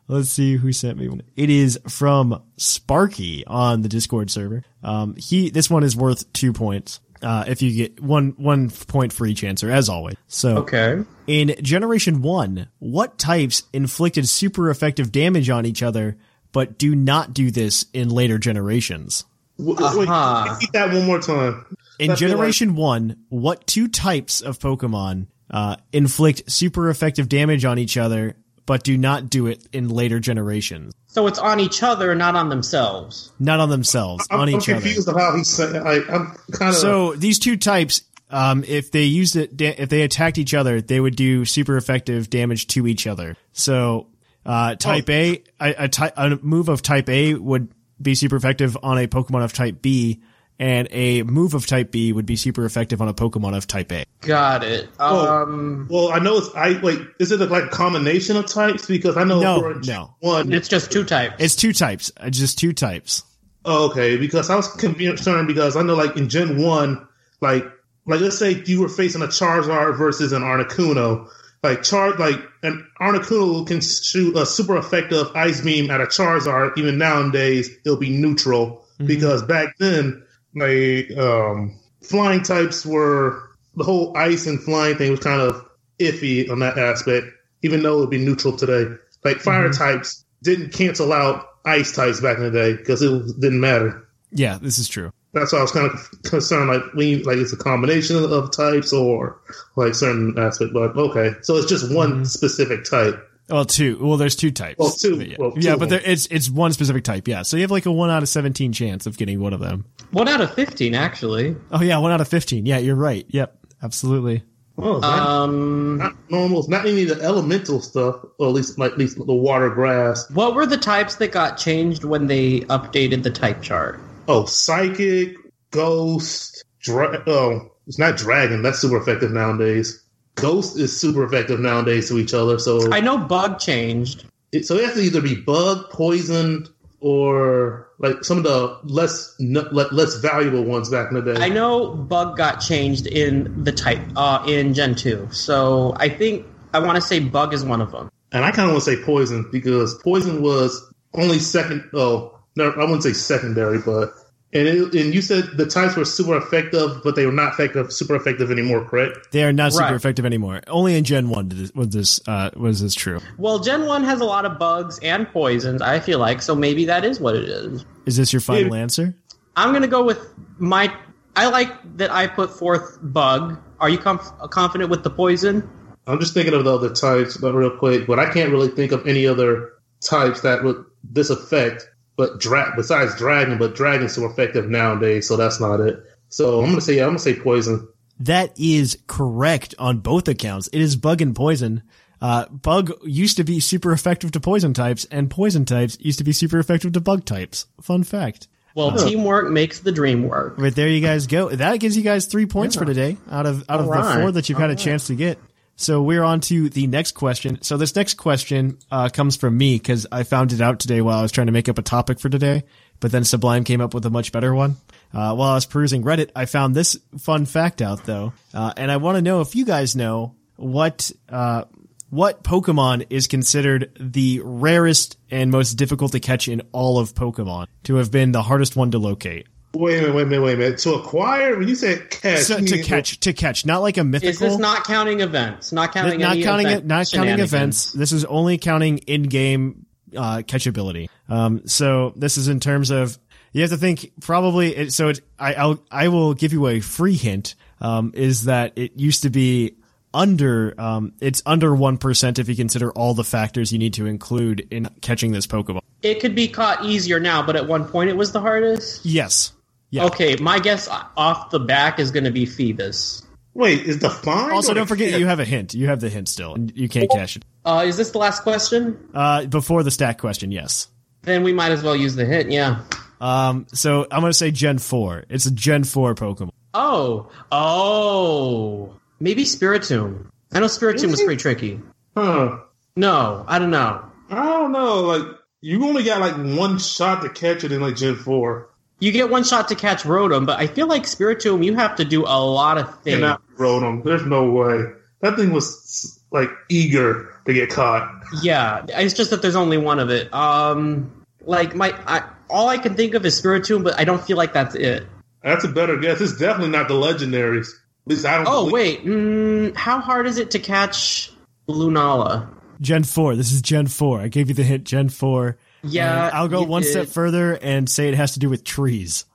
let's see who sent me one. It is from Sparky on the Discord server. Um, he this one is worth two points. Uh, if you get one one point for each answer, as always. So
Okay.
in Generation 1, what types inflicted super effective damage on each other, but do not do this in later generations?
W- Wait,
Uh-huh.
repeat that one more time.
In
I feel like-
Generation 1, what two types of Pokemon uh, inflict super effective damage on each other, but do not do it in later generations?
So it's on each other, not on themselves.
Not on themselves,
I'm,
on
I'm
each other.
confused of how he's saying. I, I'm kind of
So these two types, um, if they used it, da- if they attacked each other, they would do super effective damage to each other. So, uh, type
Oh.
A, a, a, ty- a move of type A would be super effective on a Pokemon of type B, and a move of type B would be super effective on a Pokemon of type A.
Got it. Um,
Oh, Well, I know it's I wait. Is it like a combination of types? Because I know
No,
for
no.
one.
it's just two types.
It's two types, uh, just two types.
Oh, okay, because I was concerned because I know like in Gen one, like like let's say you were facing a Charizard versus an Articuno. Like Char, like an Articuno can shoot a super effective ice beam at a Charizard. Even nowadays, it'll be neutral because back then, like um, flying types were the whole ice and flying thing was kind of iffy on that aspect, even though it would be neutral today. Like fire types didn't cancel out ice types back in the day because it was- didn't matter.
Yeah, this is true.
That's why I was kind of concerned, like when you, like it's a combination of types or like certain aspect. But okay, so it's just one specific type.
Well, two. Well, there's two types.
Well, two.
But yeah,
Well, two
yeah
of
but
them.
there, it's it's one specific type. Yeah, so you have like a one out of seventeen chance of getting one of them.
One out of fifteen, actually.
Oh yeah, one out of fifteen. Yeah, you're right. Yep, absolutely.
Oh, it's not-
Um,
not normals, not any of the elemental stuff, or at least like at least the water, grass.
what were the types that got changed when they updated the type chart?
Oh, psychic, ghost, dra- oh, it's not dragon. That's super effective nowadays. Ghost is super effective nowadays to each other. So,
I know bug changed.
it, so it has to either be bug, poison, or like some of the less n- le- less valuable ones back in the day.
I know bug got changed in the type uh, in Gen two. So I think I want to say bug is one of them.
and I kind of want to say poison because poison was only second. Oh, no, I wouldn't say secondary, but and it, and you said the types were super effective, but they were not effective, super effective anymore, correct?
They are not super
Right.
effective anymore. Only in Gen One did this, was this uh, was this true.
Well, Gen one has a lot of bugs and poisons. I feel like so maybe that is what it is.
Is this your final answer?
I'm gonna go with my. I like that I put forth bug. Are you comf- confident with the poison?
I'm just thinking of the other types, but real quick, but I can't really think of any other types that would this affect. But dra- besides dragon, but dragon's so effective nowadays, so that's not it. So I'm gonna say yeah, I'm gonna say poison.
That is correct on both accounts. It is bug and poison. Uh, bug used to be super effective to poison types, and poison types used to be super effective to bug types. Fun fact.
Well, teamwork makes the dream work.
But there you guys go. That gives you guys three points for today out of out of the
Alright.
four that you've had a chance to get. So we're on to the next question. So this next question uh, comes from me because I found it out today while I was trying to make up a topic for today. But then Sublime came up with a much better one. Uh, while I was perusing Reddit, I found this fun fact out though, uh, and I want to know if you guys know what uh, what Pokemon is considered the rarest and most difficult to catch in all of Pokemon to have been the hardest one to locate.
Wait a minute, wait a minute, wait a minute. To acquire when you said catch
So,
you
to
mean-
catch, to catch, not like a mythical.
Is this not counting events? Not
Th-
counting
not
any
counting
event
it, not counting
shenanigans?
events. This is only counting in-game uh, catchability. Um, so this is in terms of you have to think probably. It, so it, I I'll, I will give you a free hint. Um, is that it used to be under um, it's under one percent if you consider all the factors you need to include in catching this Pokemon.
It could be caught easier now, but at one point it was the hardest.
Yes. Yeah.
Okay, my guess off the back is going to be Phoebus.
Wait, is the fine?
Also,
or the
don't forget
catch?
you have a hint. You have the hint still. You can't cash it.
Uh, is this the last question?
Uh, before the stack question, yes.
Then we might as well use the hint. Yeah.
Um, so I'm gonna say Gen four. It's a Gen four Pokemon.
Oh, oh, maybe Spiritomb. I know Spiritomb was pretty tricky.
Huh.
No, I don't know.
I don't know. Like you only got like one shot to catch it in like Gen Four.
You get one shot to catch Rotom, but I feel like Spiritomb, you have to do a lot of things.
Cannot roll them. There's no way. That thing was like eager to get caught.
Yeah, it's just that there's only one of it. Um, like my, I, all I can think of is Spiritomb, but I don't feel like that's it.
That's a better guess. It's definitely not the legendaries. At least I don't.
Oh
believe-
wait, mm, how hard is it to catch Lunala?
Gen 4. This is Gen 4. I gave you the hint, Gen 4.
Yeah,
And I'll go
you
one
did.
step further and say it has to do with trees.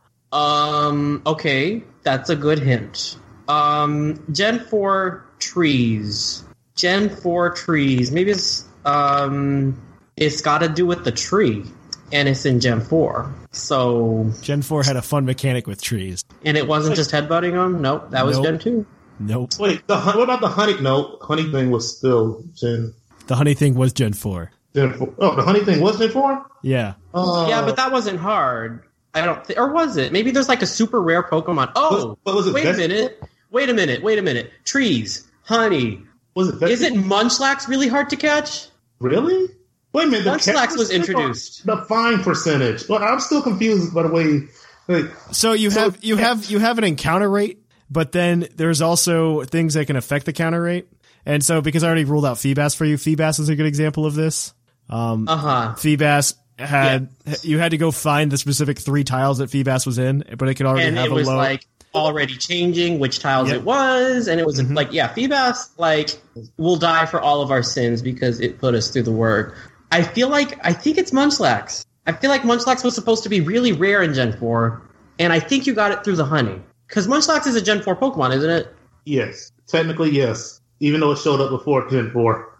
Um, okay, that's a good hint. Um, Gen 4 trees. Gen 4 trees. Maybe it's, um, it's got to do with the tree, and it's in Gen 4. So,
Gen 4 had a fun mechanic with trees.
and it wasn't just headbutting them? Nope, that was
Nope.
Gen 2.
Nope.
wait. The, hun- what about the honey? No, honey thing was still Gen
The honey thing was Gen 4.
Gen Four. Oh, the honey thing was Gen Four.
Yeah.
Uh,
yeah, but that wasn't hard. I don't think, or was it? Maybe there's like a super rare Pokemon. Oh,
What- what was it,
wait a
Vest-
minute. Wait a minute. Wait a minute. Trees, honey.
was it?
Isn't Munchlax really hard to catch?
really? Wait a minute. the
Munchlax
catch
was
still-
introduced.
The fine percentage. Well, I'm still confused by the way. Like, eh,
So you have you have you have an encounter rate, but then there's also things that can affect the counter rate. And so because I already ruled out Feebas for you, Feebas is a good example of this. Um,
Uh huh.
Feebas had you had to go find the specific three tiles that Feebas was in, but it could already
and
have
it
a
was
low
like already changing which tiles
Yep.
it was and it was
Mm-hmm.
like yeah phoebus like will die for all of our sins because it put us through the work i feel like i think it's munchlax i feel like munchlax was supposed to be really rare in gen 4 and i think you got it through the honey because munchlax is a gen 4 pokemon isn't it
yes, technically yes. Even though it showed up before Gen Four.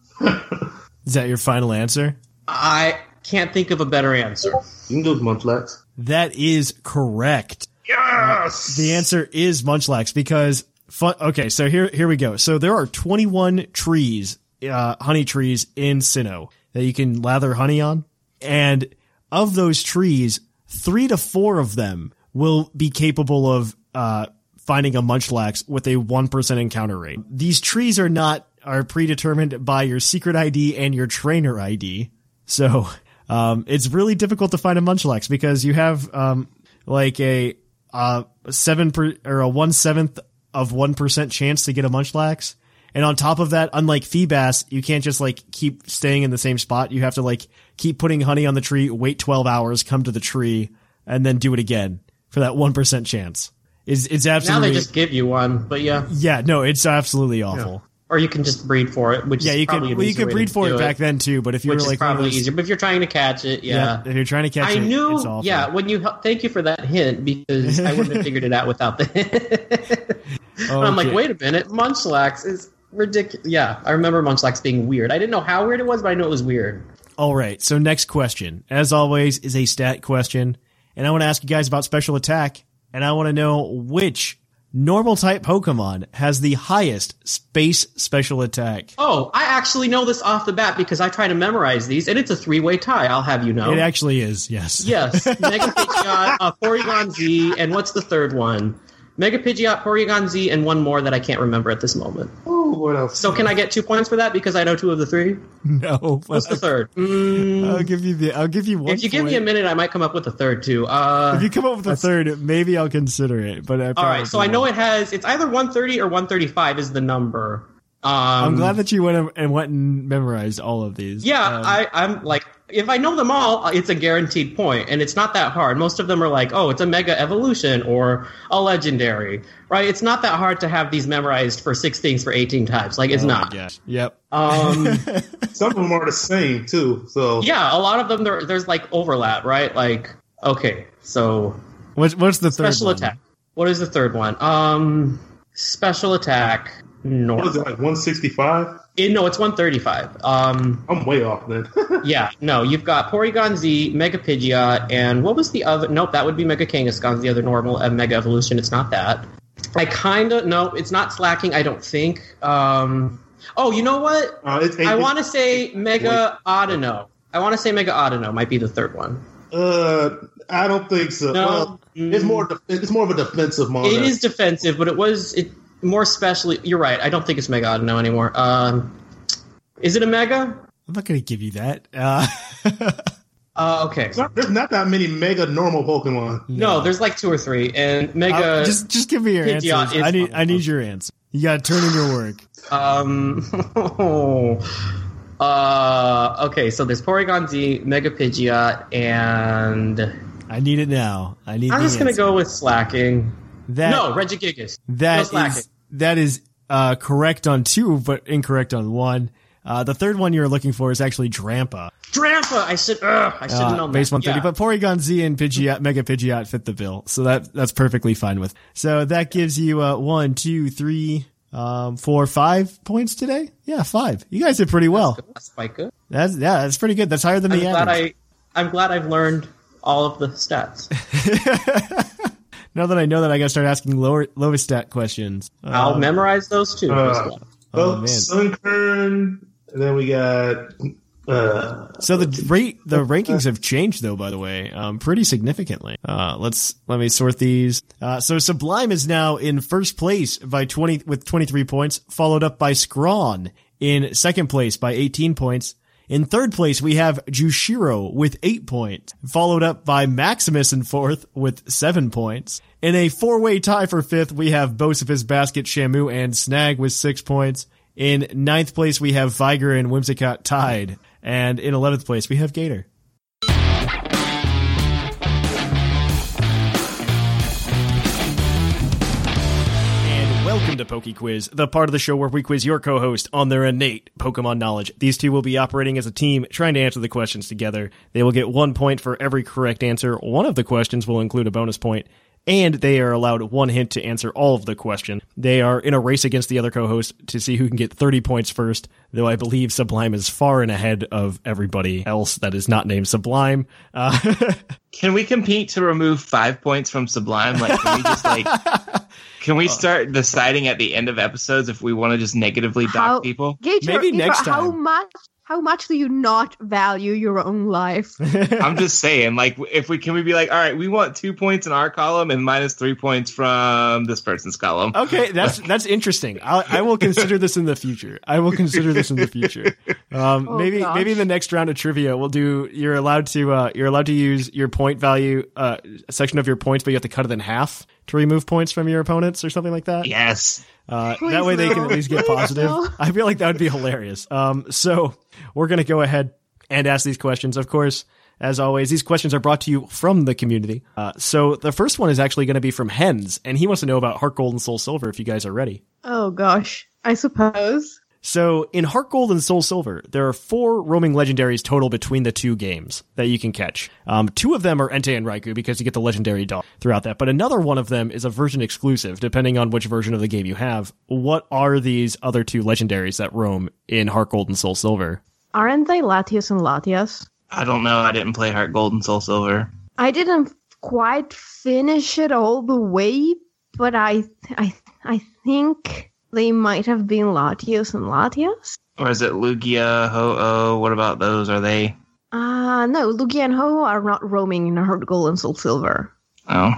Is that your final answer?
i can't think of a better answer
You can go with Munchlax.
That is correct.
Yes.
The answer is Munchlax because fun. Okay, so here here we go. So there are 21 trees, uh, honey trees in Sinnoh that you can lather honey on, and of those trees, three to four of them will be capable of uh, finding a Munchlax with a one percent encounter rate. These trees are not are predetermined by your secret ID and your trainer ID. So um, it's really difficult to find a Munchlax because you have um, like a uh, seven per, or a one seventh of one percent chance to get a Munchlax, and on top of that, unlike Feebas, you can't just like keep staying in the same spot. You have to like keep putting honey on the tree, wait twelve hours, come to the tree, and then do it again for that one percent chance. Is it's
now
absolutely
they just give you one but yeah
yeah no it's absolutely awful.
or you can just breed for it which
Yeah,
is
you could
probably an
well, you
easier
could
way
breed
to
for
do
it back then too, but if you
which
were
is
like one of
probably
those-
easier but if you're trying to catch it
Yeah,
yeah
if you're trying to catch
I
it,
knew,
it's awful.
yeah. When you hel- thank you for that hint because I wouldn't have figured it out without the hint. But I'm like,
Okay.
wait a minute, Munchlax is ridiculous. Yeah, I remember Munchlax being weird. I didn't know how weird it was, but I knew it was weird.
All right. So next question, as always, is a stat question, and I want to ask you guys about special attack, and I want to know which normal type Pokemon has the highest space special attack.
Oh, I actually know this off the bat because I try to memorize these, and it's a three-way tie. I'll have you know.
It actually is. Yes.
yes, Mega Pidgeot, uh, Porygon Z, and what's the third one? Mega Pidgeot, Porygon Z, and one more that I can't remember at this moment.
Ooh, what else?
So can I get two points for that because I know two of the three?
No.
What's the third? Mm,
Oh, I'll give you the. I'll give you one.
if you give me a
point.
minute, I might come up with a third too. Uh,
if you come up with a third, maybe I'll consider it. But I
All
probably
right, so I know
won't.
it has. It's either 130 or 135 is the number. Um,
I'm glad that you went and went and memorized all of these.
Yeah,
Um,
I, I'm like, if I know them all, uh, it's a guaranteed point, and it's not that hard. Most of them are like, oh, it's a mega evolution or a legendary, right? It's not that hard to have these memorized for six things for 18 times. Like, it's
oh my
not.
gosh. Yep.
Um,
Some of them are the same too. So
yeah, a lot of them there, there's like overlap, right? Like, okay, so
What's what's the third
special
one?
attack. What is the third one? Um, special attack.
what is
North.
it like one sixty five?
Eh, No, it's 135. Um,
I'm way off then.
Yeah, no, you've got Porygon Z, Mega Pidgeot, and what was the other? Nope, that would be Mega Kangaskhan's the other normal and Mega Evolution. It's not that. I kind of no, it's not slacking. I don't think. Um, oh, you know what?
uh, it's,
I want to say Mega Audino. I want to say Mega Audino might be the third one.
Uh, I don't think so.
No.
Well, it's more. def it's more of a defensive monarch.
It is defensive, but it was it more specially. You're right. I don't think it's Mega Audino anymore. Um, is it a Mega?
I'm not going to give you that. Uh,
Uh, okay.
Not- There's not that many mega normal Pokemon.
No, there's like two or three, and Mega.
Uh, just just give me your answers.
Pidgeot uh, is
I need I need your answer. You got to turn in your work.
Um. oh, uh. Okay. So there's Porygon Z, Mega Pidgeot, and I'm
I need it now. I need. the
just gonna
answer.
go with slacking.
That,
no, Regigigas.
That
No
is
slacking.
that is uh, correct on two, but incorrect on one. Uh, the third one you're looking for is actually Drampa,
Drampa. I should. Ugh, I should
uh,
not know.
base
that.
130.
Yeah.
But Porygon Z and Pidgeot, Mega Pidgeot fit the bill, so that that's perfectly fine with. So that gives you uh, one, two, three, um, four, five points today. Yeah, five. You guys did pretty well.
That's quite good.
That's yeah, that's pretty good. That's higher than
I'm
the
glad
average.
I. I'm glad I've learned all of the stats.
now that I know that, I gotta start asking lower lowest stat questions. Uh,
I'll memorize those too.
Uh,
Oh,
oh,
man.
Sunkern, and then we got. Uh,
So the rate the rankings have changed though, by the way, um, pretty significantly. Uh, let's let me sort these. Uh, so Sublime is now in first place by twenty with twenty three points, followed up by Scrawn in second place by eighteen points. In third place, we have Jushiro with eight points, followed up by Maximus in fourth with seven points. In a four-way tie for fifth, we have Bosephus, Basket, Shamu, and Snag with six points. In ninth place, we have Viger and Whimsicott tied. And in 11th place, we have Gator. And welcome to Poke Quiz, the part of the show where we quiz your co host on their innate Pokemon knowledge. These two will be operating as a team, trying to answer the questions together. They will get one point for every correct answer. One of the questions will include a bonus point, And they are allowed one hint to answer all of the questions. They are in a race against the other co-host to see who can get 30 points first, though I believe Sublime is far and ahead of everybody else that is not named Sublime. Uh,
Can we compete to remove five points from Sublime? Like, can we just like, can we start deciding at the end of episodes if we want to just negatively dock
How-
people?
Gator,
Maybe
Gator,
next
How
time.
much? How much do you not value your own life?
I'm just saying, like, if we can we be like, all right, we want two points in our column and minus three points from this person's column.
Okay, that's that's interesting. I'll, I will consider this in the future. I will consider this in the future. Um,
Oh,
maybe
gosh.
maybe in the next round of trivia, we'll do. You're allowed to uh, you're allowed to use your point value uh, a section of your points, but you have to cut it in half to remove points from your opponents or something like that.
Yes.
Uh,
Please
that way they
no.
can at least get
Please
positive.
no.
I feel like that would be hilarious. Um, so we're going to go ahead and ask these questions. Of course, as always, these questions are brought to you from the community. Uh, so the first one is actually going to be from Hens, and he wants to know about Heart Gold and Soul Silver if you guys are ready.
Oh gosh, I suppose.
So in Heart Gold and Soul Silver, there are four roaming legendaries total between the two games that you can catch. Um, two of them are Entei and Raikou because you get the legendary dog throughout that, but another one of them is a version exclusive, depending on which version of the game you have. What are these other two legendaries that roam in Heart Gold and Soul Silver?
Aren't they Latias and Latias?
I don't know. I didn't play Heart Gold and Soul Silver.
I didn't quite finish it all the way, but I I I think they might have been Latios and Latias.
Or is it Lugia, Ho-Oh? What about those? Are they?
Ah, no, Lugia and Ho are not roaming in Heart Gold and Soul Silver.
Oh,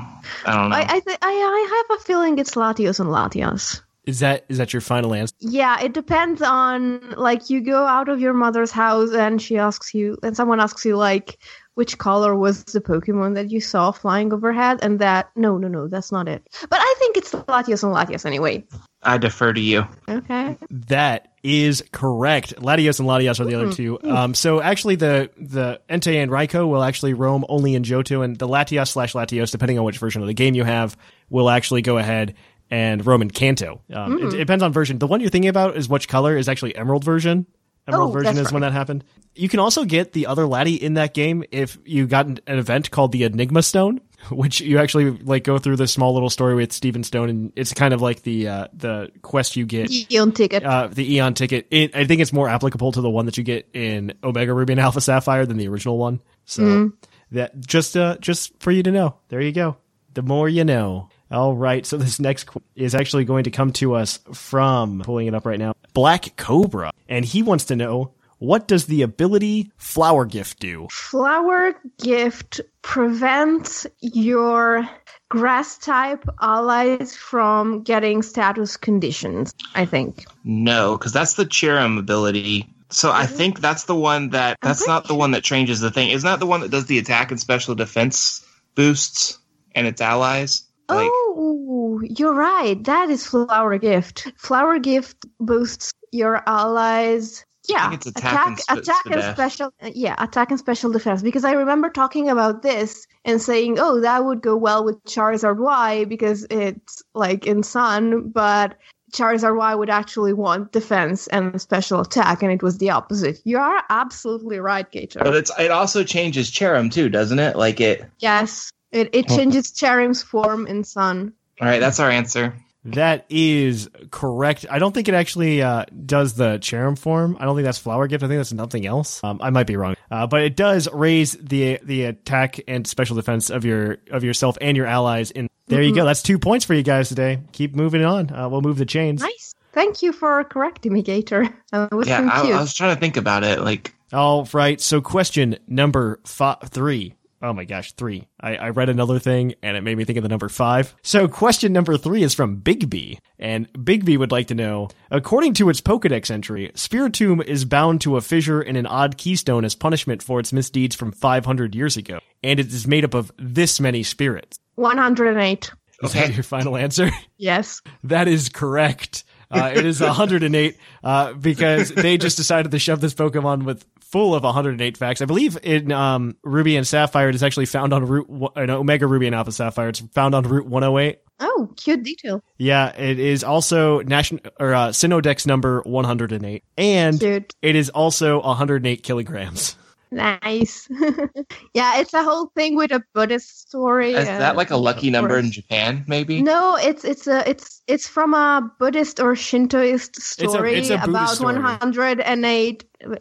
I don't know.
I I, th- I I have a feeling it's Latios and Latias.
Is that is that your final answer?
Yeah, it depends on like you go out of your mother's house and she asks you and someone asks you like which color was the Pokemon that you saw flying overhead and that no no no that's not it. But I think it's Latias and Latias anyway.
I defer to you.
Okay.
That is correct. Latios and Latias are the
Mm.
other two. Um, so actually, the the Entei and Raikou will actually roam only in Johto, and the Latias slash Latios, depending on which version of the game you have, will actually go ahead and roam in Kanto. Um,
Mm.
it, it depends on version. The one you're thinking about is which color is actually Emerald version. Emerald
Oh,
version is
that's
when that happened. You can also get the other Laddie in that game if you got an an event called the Enigma Stone, which you actually like go through this small little story with Steven Stone, and it's kind of like the uh, the quest you get
Eon ticket.
uh, the Eon ticket. It, I think it's more applicable to the one that you get in Omega Ruby and Alpha Sapphire than the original one. So that just uh, just for you to know. There you go. The more you know. All right. So this next qu- is actually going to come to us from pulling it up right now. Black Cobra, and he wants to know what does the ability Flower Gift do?
Flower gift prevents your grass type allies from getting status conditions, I think.
No, because that's the Cherum ability. So I think that's the one that that's not the one that changes the thing. Isn't that the one that does the attack and special defense boosts and its allies? Like
oh, you're right. That is flower gift. Flower gift boosts your allies. Yeah,
think it's attack and spe-
attack and
spe-
special. Yeah, attack and special defense. Because I remember talking about this and saying, "Oh, that would go well with Charizard Y because it's like in Sun, but Charizard Y would actually want defense and special attack, and it was the opposite." You are absolutely right, Gator.
But it's it also changes Cherum too, doesn't it? Like it
yes, it
Oh.
it changes Cherim's form in Sun.
all right, that's our answer.
That is correct. I don't think it actually uh, does the Cherum form. I don't think that's Flower Gift. I think that's nothing else. Um, I might be wrong, uh, but it does raise the the attack and special defense of your of yourself and your allies. In there, you go. That's two points for you guys today. Keep moving on. Uh, we'll move the chains.
Nice. Thank you for correcting me, Gator. I was
Yeah, I,
confused.
I was trying to think about it. Like
All right. So question number fi- three. Oh my gosh, three. I, I read another thing and it made me think of the number five. So question number three is from Bigby. And Bigby would like to know, according to its Pokedex entry, Spiritomb is bound to a fissure in an odd keystone as punishment for its misdeeds from 500 years ago. And it is made up of this many spirits.
108.
Is that your final answer?
Yes.
That is correct. Uh, it is 108 uh, because they just decided to shove this Pokemon with full of 108 facts. I believe in um, Ruby and Sapphire, it is actually found on Route one- uh, no, Omega Ruby and Alpha Sapphire. It's found on Route 108.
Oh, cute detail.
Yeah, it is also national or uh, Synodex number 108, and
Cute.
it is also 108 kilograms.
Nice. yeah, it's a whole thing with a Buddhist story.
is
and-
that like a lucky
of
number in
course.
Japan, maybe?
No, it's it's a it's it's from a Buddhist or Shintoist story
it's a Buddhist
about
story.
108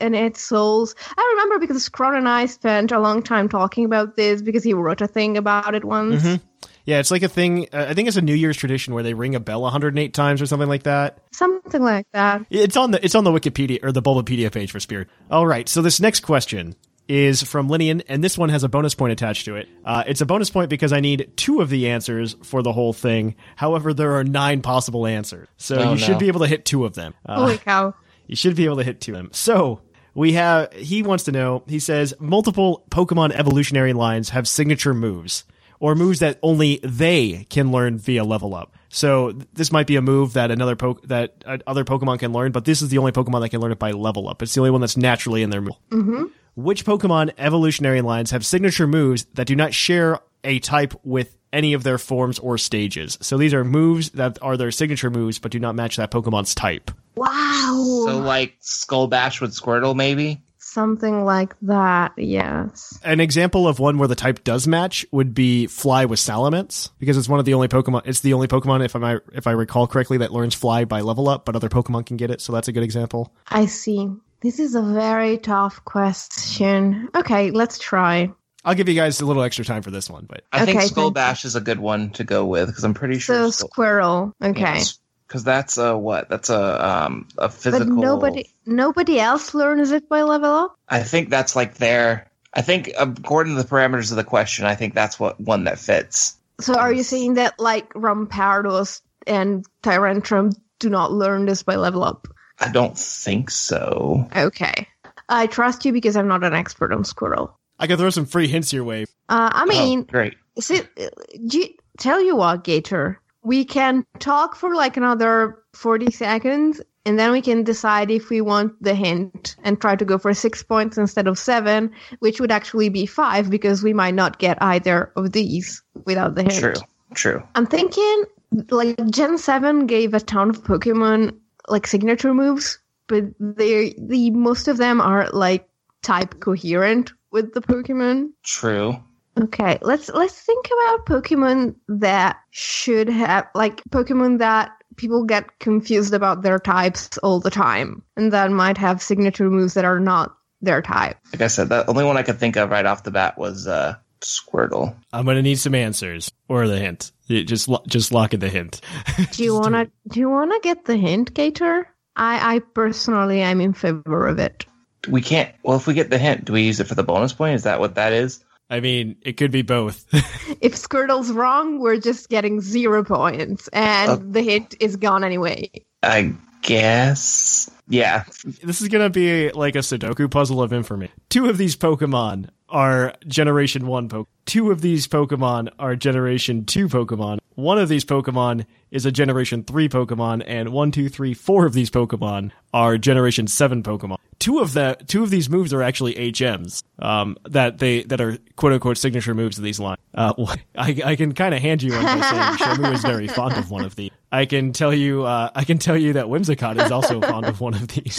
and eight souls. I remember because Scron and I spent a long time talking about this because he wrote a thing about it once.
Mm-hmm.
Yeah, it's like a thing. Uh, I think it's a New Year's tradition where they ring a bell 108 times or something like that.
Something like that.
It's on the it's on the Wikipedia or the Bulbapedia page for Spirit. All right, so this next question is from Linian, and this one has a bonus point attached to it. Uh, it's a bonus point because I need two of the answers for the whole thing. However, there are nine possible answers, so you
Oh, no.
should be able to hit two of them.
Ah.
Uh,
Holy cow.
you should be able to hit two of them. So we have. He wants to know. He says multiple Pokemon evolutionary lines have signature moves or moves that only they can learn via level up. So th- this might be a move that another po- that uh, other Pokemon can learn, but this is the only Pokemon that can learn it by level up. It's the only one that's naturally in their move. Mm-hmm. Which Pokemon evolutionary lines have signature moves that do not share a type with any of their forms or stages? So these are moves that are their signature moves, but do not match that Pokemon's type.
Wow.
So like Skull Bash with Squirtle, maybe.
Something like that, yes.
An example of one where the type does match would be Fly with Salamence because it's one of the only Pokemon. It's the only Pokemon, if I if I recall correctly, that learns Fly by level up, but other Pokemon can get it. So that's a good example.
I see. This is a very tough question. Okay, let's try.
I'll give you guys a little extra time for this one, but
I think
Okay,
Skull
thank
Bash is a good one to go with because I'm pretty
So
sure.
squirrel, okay.
Because that's a what? That's a um a
But
physical.
nobody nobody else learns it by level up?
I think that's like their. I think um, according to the parameters of the question, I think that's what one that fits.
So are you saying that like Rampardos and Tyrantrum do not learn this by level up?
I don't think so.
Okay. I trust you because I'm not an expert on squirrel.
I can throw some free hints your way.
Uh,
Oh.
I mean,
Great.
see, uh, gee- tell you what, Gator, we can talk for like another 40 seconds and then we can decide if we want the hint and try to go for six points instead of seven, which would actually be five because we might not get either of these without the hint.
True. True.
I'm thinking like Gen 7 gave a ton of Pokemon like signature moves, but they the most of them are like type coherent with the Pokemon.
True.
Okay, let's let's think about Pokemon that should have like Pokemon that people get confused about their types all the time and that might have signature moves that are not their type.
Like I said, the only one I could think of right off the bat was uh Squirtle.
I'm gonna need some answers or the hint. You Just lo- just lock in the hint.
Do you want to do you want to get the hint, Gator? I I personally am in favor of it.
We can't. Well, if we get the hint, do we use it for the bonus point? Is that what that is?
I mean, it could be both.
if Skirtle's wrong, we're just getting zero points, and
Uh.
the hint is gone anyway.
I guess. Yeah.
this is gonna be like a Sudoku puzzle of information. Two of these Pokemon are Generation One Pokemon. Two of these Pokemon are Generation Two Pokemon. One of these Pokemon is a Generation Three Pokemon, and one, two, three, four of these Pokemon are Generation Seven Pokemon. Two of the two of these moves are actually HMs um, that they that are quote unquote signature moves of these lines. Uh, wh- I, I can kind of hand you one by saying Shamu is very fond of one of these. I can tell you uh, I can tell you that Whimsicott is also fond of one of these.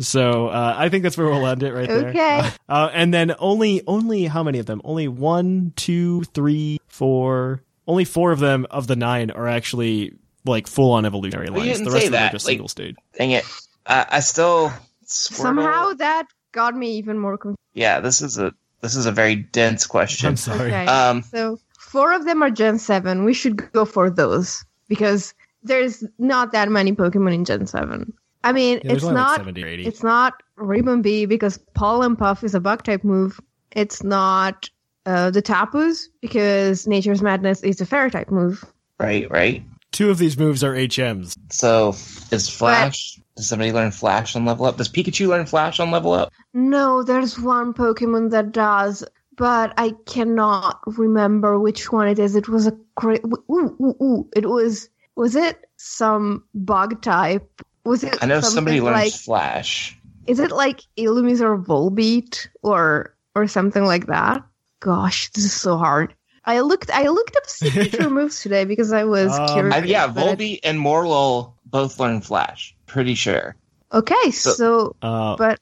So uh, I think that's where we'll end it right there.
Okay.
Uh, and then only only how many of them? Only one, two, three, four. Only four of them of the nine are actually like full on evolutionary
Well, you
lines.
didn't
the rest
say
of them are
that,
just
like-
single stage.
Dang it. I, I still. Squirtle,
Somehow that got me even more confused.
Yeah. This is a. This is a very dense question.
I'm sorry.
Okay.
Um.
so four of them are Gen Seven. We should go for those because there's not that many Pokemon in Gen Seven. I mean,
Yeah, there's
it's
only like
not
70 or 80.
it's not Ribbonby because Pollen Puff is a Bug type move. It's not uh, the Tapu's because Nature's Madness is a Fairy type move.
Right. Right.
Two of these moves are HMs.
So is Flash? Does somebody learn Flash on level up? Does Pikachu learn Flash on level up?
No, there's one Pokemon that does, but I cannot remember which one it is. It was a great. Ooh, ooh, ooh. It was. Was it some bug type? Was it?
I know somebody
something
learns
like.
Flash.
Is it like Illumise or Volbeat or or something like that? Gosh, this is so hard. I looked. I looked up signature moves today because I was
Um,
curious.
I, yeah,
but-
Volby and Morlul both learn Flash. Pretty sure.
Okay,
So-
so
Uh,
but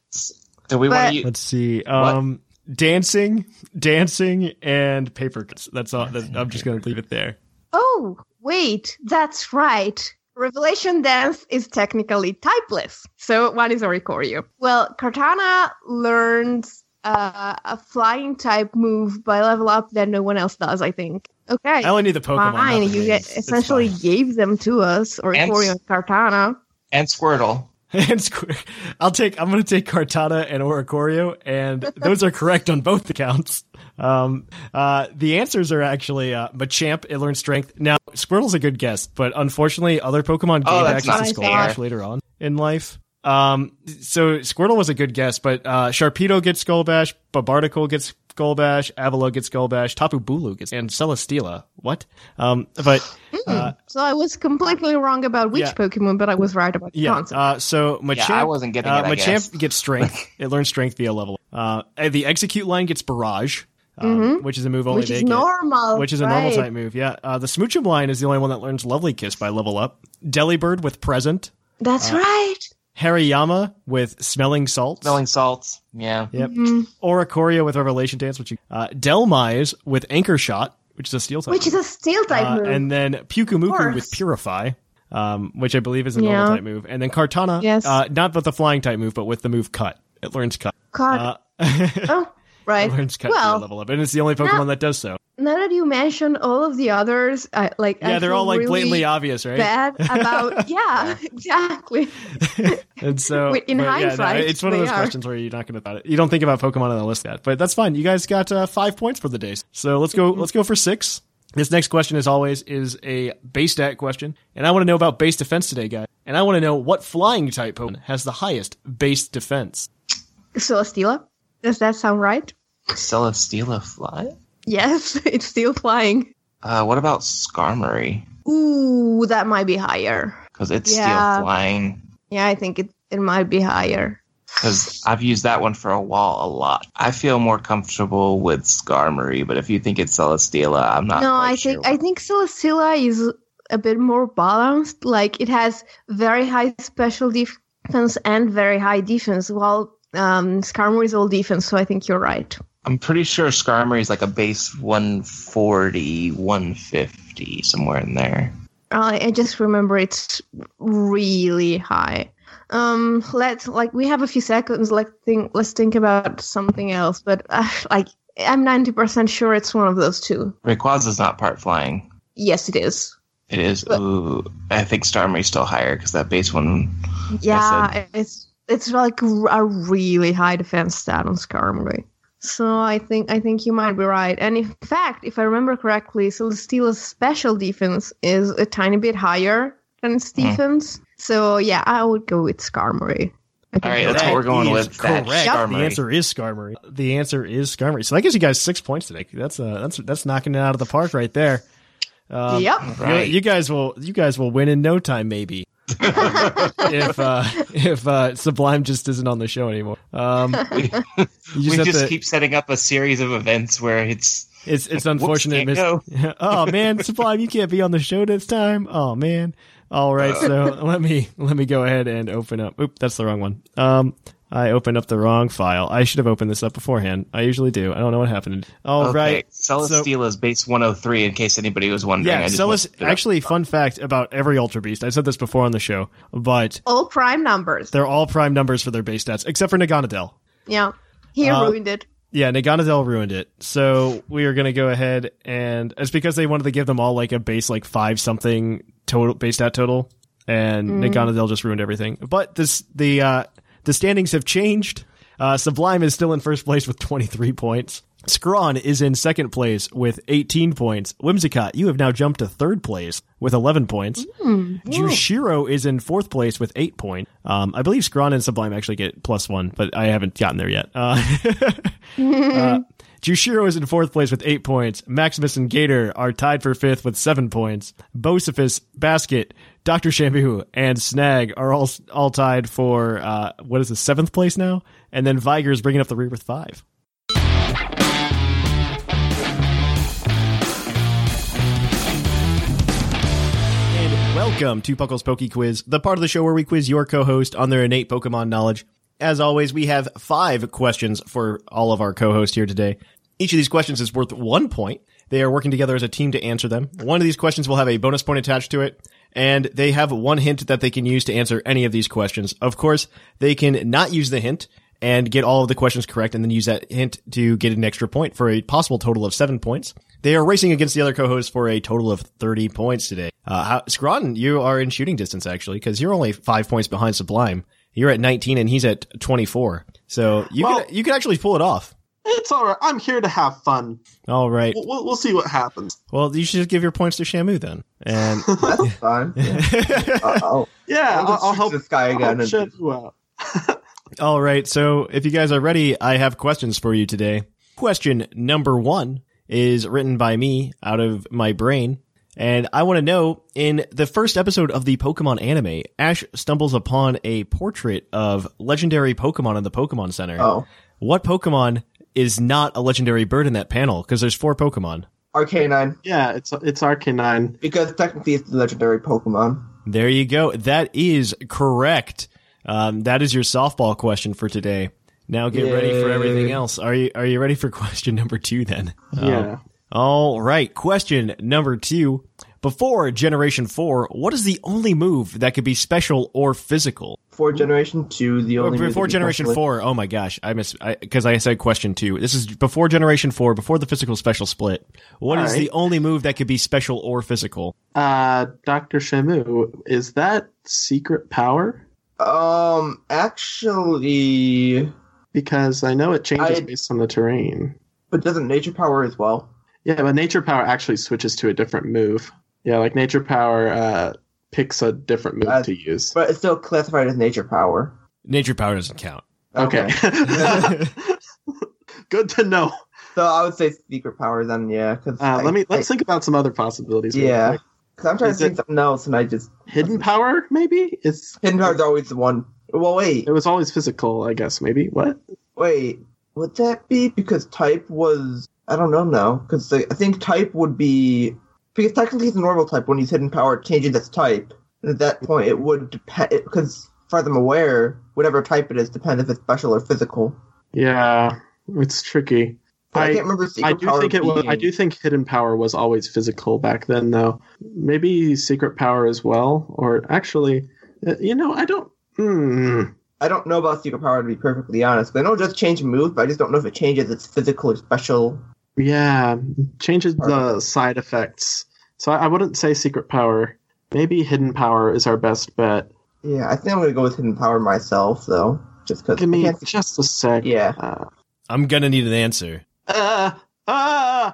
Do we want
But-
to use?
let's see. Um, dancing, dancing, and paper cuts. That's all. That, I'm just gonna leave it there.
Oh, wait, that's right. Revelation Dance is technically typeless, so one is Oricorio. Well, Cortana learns uh, a flying type move by level up that no one else does, I think. Okay,
I only need the Pokemon. not
fine.
the
You
names.
get,
It's
essentially
fine.
gave them to us, Oricorio and Cortana.
And Squirtle.
and square. I'll take. I'm going to take Cartana and Oricorio, and those are correct on both accounts. Um, uh, the answers are actually uh, Machamp. It learns Strength. Now Squirtle's a good guess, but unfortunately, other Pokemon
Oh,
gained
that's
access to
not
Skull
fair.
Bash later on in life. Um, so Squirtle was a good guess, but uh, Sharpedo gets Skull Bash, Barbarticle gets Skull Bash, Avalo gets Skull Bash, Tapu Bulu gets, and Celesteela. What? Um, but.
Hmm.
Uh,
So I was completely wrong about which
Yeah.
Pokemon, but I was right about the
yeah.
concept.
Uh, so Machamp,
I wasn't getting
uh,
it, I
Machamp
guess.
gets strength. it learns strength via level. Uh, and the execute line gets barrage, um, which is a move only
Mm-hmm. Which
they
is
get,
normal,
which is a normal
right.
type move. Yeah. Uh, the smoochum line is the only one that learns lovely kiss by level up. Delibird with present.
That's right.
Hariyama with Smelling Salt.
Smelling salts. Yeah.
Yep.
Mm-hmm. Mm.
Oracoria with Revelation Dance, which you, uh, Delmise with Anchor Shot, which is a steel type.
Which is a steel type
Uh,
move.
and then Pukumuku
course.
with Purify, um, which I believe is a
Yeah.
normal type move. And then Kartana,
Yes.
uh, not with the flying type move, but with the move Cut. It learns Cut.
Card.
Uh,
oh, right.
it learns Cut to
well,
the level up, and it's the only Pokemon
now-
that does so.
now that you mention all of the others, I like.
Yeah,
I
they're
feel
all like
really
blatantly obvious, right?
Bad about yeah, exactly.
And so,
Wait, in
but yeah, no,
hindsight,
it's one of
they
those
are.
questions where you're not going to thought it. You don't think about Pokemon on the list yet, but that's fine. You guys got uh, five points for the day, so let's go. Let's go for six. This next question, as always, is a base stat question, and I want to know about base defense today, guys. And I want to know what flying type Pokemon has the highest base defense.
Celestila, does that sound right?
Celesteela fly?
Yes, it's still flying.
Uh, what about Skarmory?
Ooh, that might be higher.
Because it's
Yeah.
still flying.
Yeah, I think it, it might be higher.
Because I've used that one for a while a lot. I feel more comfortable with Skarmory, but if you think it's Celesteela, I'm not.
no,
quite
I
sure.
think I think Celestila is a bit more balanced. Like it has very high special defense and very high defense, while um, Skarmory is all defense. So I think you're right.
I'm pretty sure Skarmory is like a base 140, 150, somewhere in there.
I I just remember it's really high. Um, let's like we have a few seconds. Like think, let's think about something else. But uh, like I'm ninety percent sure it's one of those two.
Rayquaza's not part flying.
Yes, it is.
It is.
But-
Ooh, I think Starmie's still higher because that base one.
Yeah,
said-
it- it's it's like a really high defense stat on Skarmory. So I think I think you might be right. And in fact, if I remember correctly, Celestia's special defense is a tiny bit higher
Hmm.
than its defense. So yeah, I would go with Skarmory. I think
All right,
you're
that's what
right.
we're going
is
with. that
correct. The
Skarmory.
answer is Skarmory. The answer is Skarmory. So that gives you guys six points today. That's uh, that's that's knocking it out of the park right there. Um,
yep.
Right.
You, you guys will you guys will win in no time, maybe. if uh, if uh, Sublime just isn't on the show anymore, um,
we
you
we
just have
just
to,
keep setting up a series of events where it's
it's it's
whoops,
unfortunate.
can't
miss- oh man, Sublime, you can't be on the show this time. Oh man. All right,
Uh.
so let me let me go ahead and open up. Oop, that's the wrong one. Um, I opened up the wrong file. I should have opened this up beforehand. I usually do. I don't know what happened. All
okay.
Oh, right.
Celesteela's base 103. In case anybody was wondering,
Yeah,
I just
Celes.
looked it up.
Actually, fun fact about every Ultra Beast. I said this before on the show, but
all prime numbers.
They're all prime numbers for their base stats, except for Naganadel.
Yeah. He
Uh,
ruined it.
Yeah, Naganadel ruined it. So we are going to go ahead and it's because they wanted to give them all like a base like five something total base stat total, and Naganadel just ruined everything. But this the uh, the standings have changed. Uh, Sublime is still in first place with twenty three points. Scrawn is in second place with 18 points. Whimsicott, you have now jumped to third place with 11 points. Jushiro is in fourth place with eight point. Um, I believe Scrawn and Sublime actually get plus one, but I haven't gotten there yet. Uh, uh, Jushiro is in fourth place with eight points. Maximus and Gator are tied for fifth with seven points. Bocephus, Basket, Doctor Shamu, and Snag are all all tied for uh, what is the seventh place now, and then Viger is bringing up the rear with five. And welcome to Puckle's Poke Quiz, the part of the show where we quiz your co-host on their innate Pokemon knowledge. As always, we have five questions for all of our co-hosts here today. Each of these questions is worth one point. They are working together as a team to answer them. One of these questions will have a bonus point attached to it, and they have one hint that they can use to answer any of these questions. Of course, they can not use the hint and get all of the questions correct and then use that hint to get an extra point for a possible total of seven points. They are racing against the other co-hosts for a total of 30 points today. Uh, how, Scrawn, you are in shooting distance actually, because you're only five points behind Sublime. You're at 19 and he's at 24. So you
Well-
could, you could actually pull it off.
It's all right. I'm here to have fun.
All right.
We'll, we'll, we'll see what happens.
Well, you should just give your points to Shamu then. And
That's fine. Yeah. I'll, I'll,
Yeah,
I'll
I'll,
just
I'll
shoot
help.
this guy
I'll
again.
help
and-
shut you out.
All right. So if you guys are ready, I have questions for you today. Question number one is written by me out of my brain. And I want to know in the first episode of the Pokemon anime, Ash stumbles upon a portrait of legendary Pokemon in the Pokemon Center.
oh,
What Pokemon is not a legendary bird in that panel? Because there's four Pokemon.
Arcanine,
Yeah, it's it's Arcanine.
because technically it's the legendary Pokemon.
There you go. That is correct. Um, that is your softball question for today. Now get ready for
Yay.
everything else. Are you are you ready for question number two then? Oh.
Yeah.
all right. Question number two. Before Generation Four, what is the only move that could be special or physical?
For Generation Two, the
Or
only
before
movie
Generation
specialist-
Four, oh my gosh, I miss because I, said question two. This is before Generation Four, before the physical special split. What is
All right.
the only move that could be special or physical?
Uh, Doctor Shamu, is that secret power?
Um, actually,
because I know it changes
I-
based on the terrain.
But doesn't nature power as well?
Yeah, but nature power actually switches to a different move. Yeah, like nature power uh, picks a different move to use.
But it's still classified as nature power.
Nature power doesn't count.
Okay. Good to know.
So I would say secret power then, yeah. 'cause
Uh,
I-
let me let's
I-
think about some other possibilities. real
Yeah,
quick.
because I'm trying
Is
to think
it-
something else, and I just
hidden power maybe. It's
hidden power's always the one. Well, wait,
It was always physical, I guess. Maybe what?
wait. Would that be because type was? I don't know now because I think type would be because technically he's a normal type. When he's hidden power, it changes its type, and at that point it would depend because, as far as I'm aware, whatever type it is depends if it's special or physical.
Yeah, it's tricky.
But I can't remember secret
I do
power
think it was. I
being-
do think hidden power was always physical back then, though. Maybe secret power as well, or actually, uh, you know, I don't. Hmm.
I don't know about secret power to be perfectly honest. 'cause I know it does change moves, but I just don't know if it changes its physical or special.
Yeah, changes the side effects. So I, I wouldn't say secret power. Maybe hidden power is our best bet.
Yeah, I think I'm gonna go with hidden power myself though, just because.
Give me just a sec.
Yeah.
I'm gonna need an answer.
Uh, uh,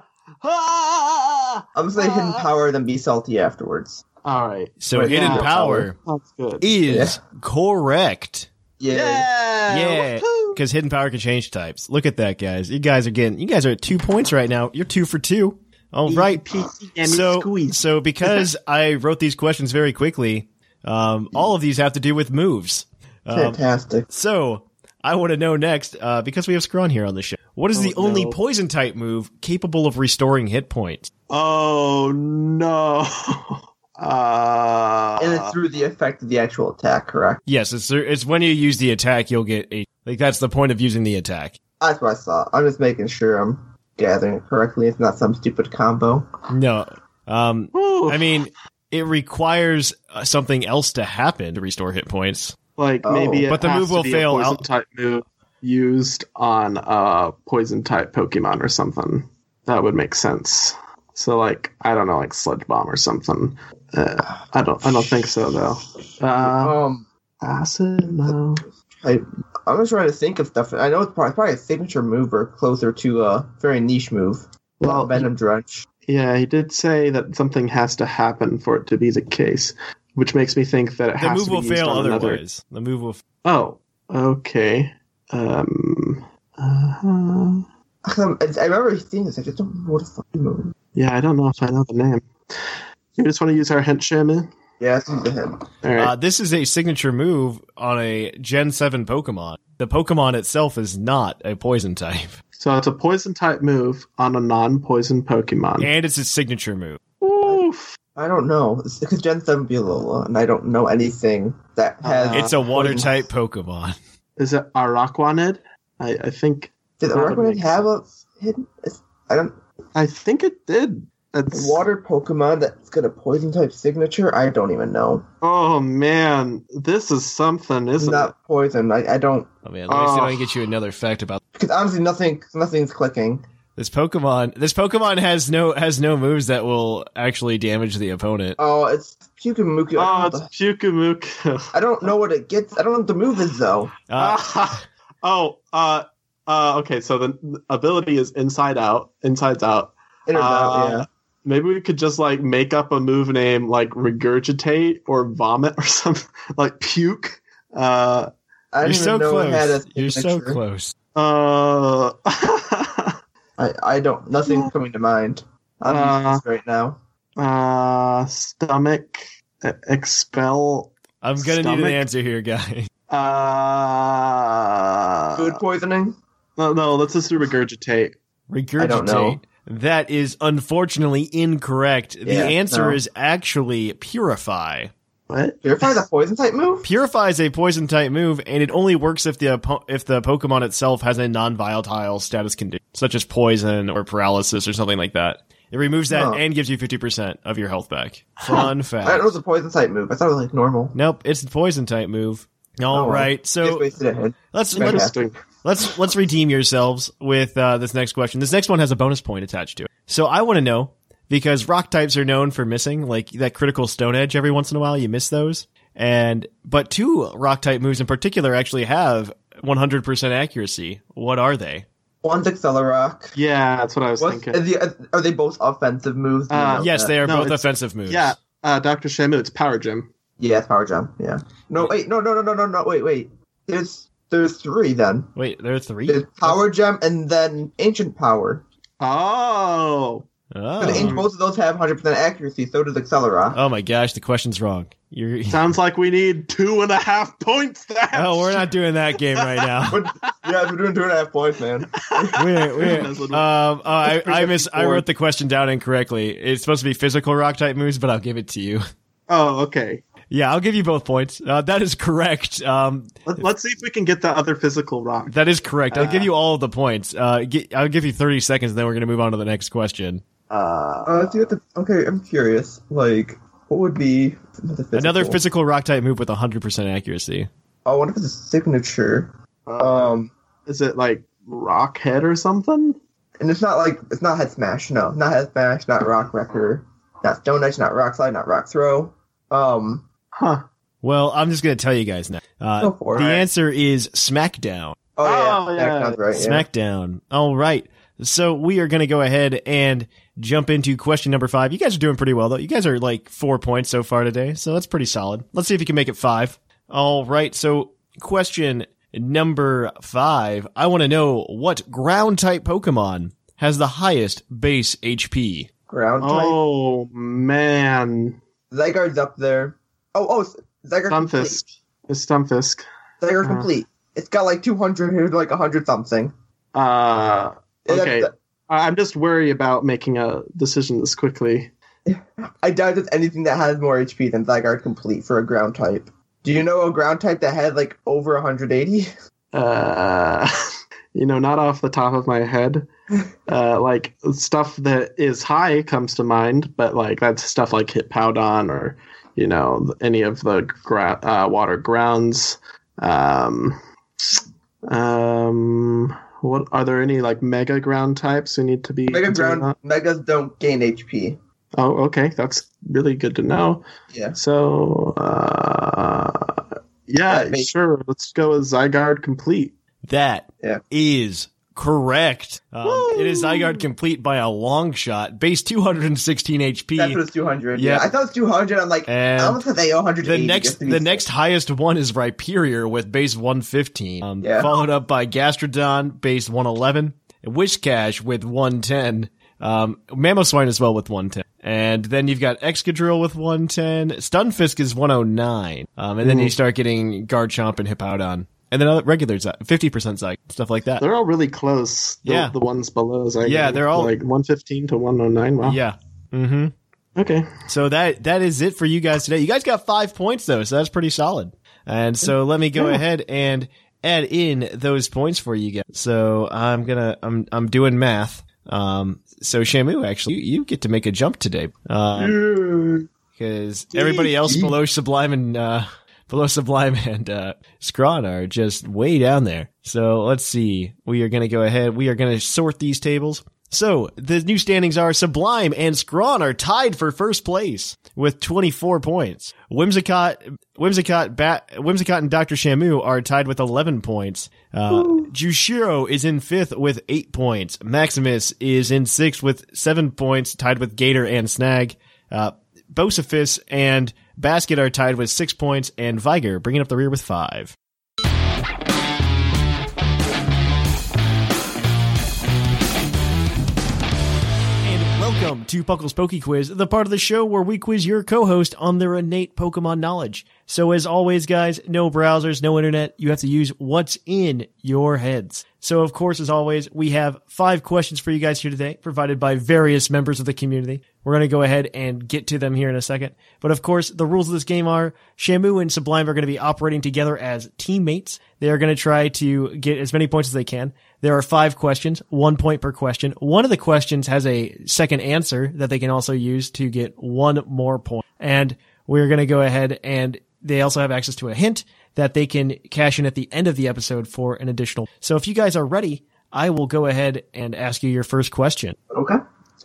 ah!
I'm gonna say hidden power, then be salty afterwards.
All right.
So hidden power
That's good.
is correct.
Uh, Yeah.
Yeah, because hidden power can change types. Look at that, guys. You guys are getting. You guys are at two points right now. You're two for two. All right. So, so because I wrote these questions very quickly, um, all of these have to do with moves. Um,
Fantastic.
so I want to know next, uh, because we have Scrawn here on the show. What is the only poison type move capable of restoring hit points?
Oh no. Uh,
and it's through the effect of the actual attack, correct?
Yes, it's it's when you use the attack, you'll get a like. That's the point of using the attack.
That's what I saw. I'm just making sure I'm gathering it correctly. It's not some stupid combo.
No. Um, I mean, it requires uh, something else to happen to restore hit points.
Like
Oh.
maybe, it
but the
has
move
to
will
be
fail
A poison
out.
type move used on a poison type Pokemon or something. That would make sense. So like I don't know, like Sludge Bomb or something. Uh, I don't. I don't think so though. Uh,
Um,
acid? No.
I I'm just trying to think of stuff. I know it's probably, probably a signature move or closer to a very niche move. Well, Venom Drench.
Yeah, he did say that something has to happen for it to be the case, which makes me think that it
The
has
move
to be
will
used
fail
on another-
otherwise. The move will.
Oh, okay. Um,
Uh-huh. I, I remember seeing this. I just don't remember what a fucking move.
yeah, I don't know if I know the name. You just want to use our hint, Shaman?
Yeah, it's the him.
All right.
Uh, this is a signature move on a Gen Seven Pokemon. The Pokemon itself is not a poison type,
so it's a poison type move on a non-poison Pokemon.
and it's a signature move.
Oof.
I don't know. It's because Gen 7 be Alola, and I don't know anything that has.
it's a water type Pokemon.
Is it Araquanid? I, I think.
Did
that would
Araquanid
make
have a hidden. it's- I don't.
I think it did. That's
Water Pokemon that's got a poison type signature? I don't even know.
Oh man, this is something,
It's
isn't it?
not poison. I, I don't.
Oh man, let me see if I
Oh.
can get you another fact about
Because honestly, nothing, nothing's clicking.
this Pokemon. This Pokemon has no has no moves that will actually damage the opponent.
Oh, it's Pukamuku.
Oh, it's Pukamuka.
I don't know what it gets. I don't know what the move is, though.
Uh,
oh, uh, uh, okay. So the ability is inside out, insides out.
In or out,
Uh,
yeah.
Maybe we could just like make up a move name like regurgitate or vomit or something like puke. Uh,
I
You're
didn't
so
even know it had a
close. You're so
signature.
close.
uh,
I, I don't. Nothing's coming to mind. I'm
Uh,
useless right now.
uh, stomach e- expel.
I'm gonna need
Stomach?
an answer here, guys.
Uh,
Food poisoning?
no, no, let's just do regurgitate.
Regurgitate.
don't know.
That is unfortunately incorrect. The
Yeah,
answer
no.
is actually purify.
What? Purify's a poison type move?
Purify is a poison type move, and it only works if the oppo- if the Pokemon itself has a non-volatile status condition, such as poison or paralysis or something like that. It removes that
Huh.
and gives you fifty percent of your health back. Fun fact.
I thought it was a poison type move. I thought it was like normal.
Nope, it's a poison type move. All
Oh,
right, so
just wasted it, Ed.
let's let's,
Fantastic.
let's let's redeem yourselves with uh, this next question. This next one has a bonus point attached to it. So I want to know because rock types are known for missing like that critical stone edge every once in a while. You miss those, and but two rock type moves in particular actually have 100% accuracy. What are they?
One's Accelerock.
Yeah, that's what I was
What's-
thinking.
are the- are they both offensive moves? Do you
Uh,
know
Mm, yes,
that?
they are
No,
both
it's-
offensive moves.
Yeah, uh, Doctor Shamu, it's Power Gym.
Yeah, it's power jump. Yeah. No, wait, no, no, no, no, no, no. Wait, wait. There's there's three then.
Wait, there are three.
There's power gem and then ancient power.
Oh,
But
Oh.
ancient, both of those have 100 percent accuracy. So does Accelerock.
oh my gosh, the question's wrong. You're
sounds like we need two and a half points. That
oh, we're not doing that game right now.
But- yeah, we're doing two and a half points, man.
Wait, wait.
That's what-
Um, oh, I, I miss. I
before.
wrote the question down incorrectly. It's supposed to be physical rock type moves, but I'll give it to you.
Oh, okay.
Yeah, I'll give you both points. Uh, that is correct. Um,
Let, let's see if we can get the other physical rock.
that is correct. I'll give you all of the points. Uh, gi- I'll give you thirty seconds, and then we're gonna move on to the next question.
Uh, let's see what the. Okay, I'm curious. Like, what would be another physical?
Another physical rock type move with hundred percent accuracy.
Oh, what if it's a signature? Um,
Is it like rock head or something?
and it's not like it's not head smash. No, not head smash. Not rock wrecker. Not stone edge. Not rock slide. Not rock throw. Um,
Huh.
Well, I'm just gonna tell you guys now. Uh,
Go for
the
it.
answer is SmackDown.
oh yeah,
Oh,
that
yeah.
sounds right. yeah.
SmackDown. All right. So we are going to go ahead and jump into question number five. You guys are doing pretty well, though. You guys are like four points so far today. So that's pretty solid. Let's see if you can make it five. All right. So question number five. I want to know what ground type Pokemon has the highest base HP?
Ground type.
Oh man,
Zygarde's up there. Oh, oh, Zygarde complete.
Stunfisk. It's Stunfisk.
Zygarde
Uh.
complete. It's got like 200 here, like 100 something.
Uh,
It-
okay. I- I'm just worried about making a decision this quickly.
I doubt there's anything that has more HP than Zygarde complete for a ground type. Do you know a ground type that had like over 180?
Uh, you know, not off the top of my head. Uh, like stuff that is high comes to mind, but like that's stuff like Hit Powdon or you know th- any of the gra- uh, water grounds. Um, um, what are there any like mega ground types who need to be
Mega
considered
ground
up?
megas don't gain HP.
Oh, okay, that's really good to know.
Yeah.
So, uh, yeah,
Yeah, me-
sure. Let's go with Zygarde complete.
That is
Yeah.
correct. Um, it is Zygarde complete by a long shot. Base 216 HP.
That's what it's 200.
Yeah.
Yeah. I thought it was 200. I'm like,
And
I almost said they owe 180.
The next,
just to be
the
safe.
next highest one is Rhyperior with base 115, um,
Yeah.
followed up by Gastrodon base 111, and Wishcash with 110, um, Mamoswine as well with 110, and then you've got Excadrill with 110, Stunfisk is 109, um, and then you start getting Garchomp and Hippowdon, and then other regular Zy- 50% Zygarde stuff like that.
They're all really close. The,
Yeah.
the ones below Zygarde.
Yeah, they're all-
like 115 to 109. Wow.
Yeah. Mm-hmm.
Okay.
So that that is it for you guys today. You guys got five points though, so that's pretty solid. And so let me go ahead and add in those points for you guys. So I'm gonna I'm I'm doing math. Um, so Shamu, actually, you, you get to make a jump today, Uh, because Um, everybody else below Sublime and uh, below Sublime and uh, Scrawn are just way down there. So let's see. We are gonna go ahead. We are gonna sort these tables. So the new standings are Sublime and Scrawn are tied for first place with 24 points. Whimsicott, Whimsicott, Bat, Whimsicott, and Doctor Shamu are tied with 11 points. Uh, Jushiro is in fifth with eight points. Maximus is in sixth with seven points, tied with Gator and Snag. Uh, Bosifis and Basket are tied with six points, and Viger bringing up the rear with five. And welcome to Puckle's Poke Quiz, the part of the show where we quiz your co-host on their innate Pokemon knowledge. So as always, guys, no browsers, no internet. You have to use what's in your heads. So of course, as always, we have five questions for you guys here today, provided by various members of the community. We're going to go ahead and get to them here in a second. But of course, the rules of this game are Shamu and Sublime are going to be operating together as teammates. They are going to try to get as many points as they can. There are five questions, one point per question. One of the questions has a second answer that they can also use to get one more point. And we're going to go ahead and they also have access to a hint that they can cash in at the end of the episode for an additional. So if you guys are ready, I will go ahead and ask you your first question.
Okay.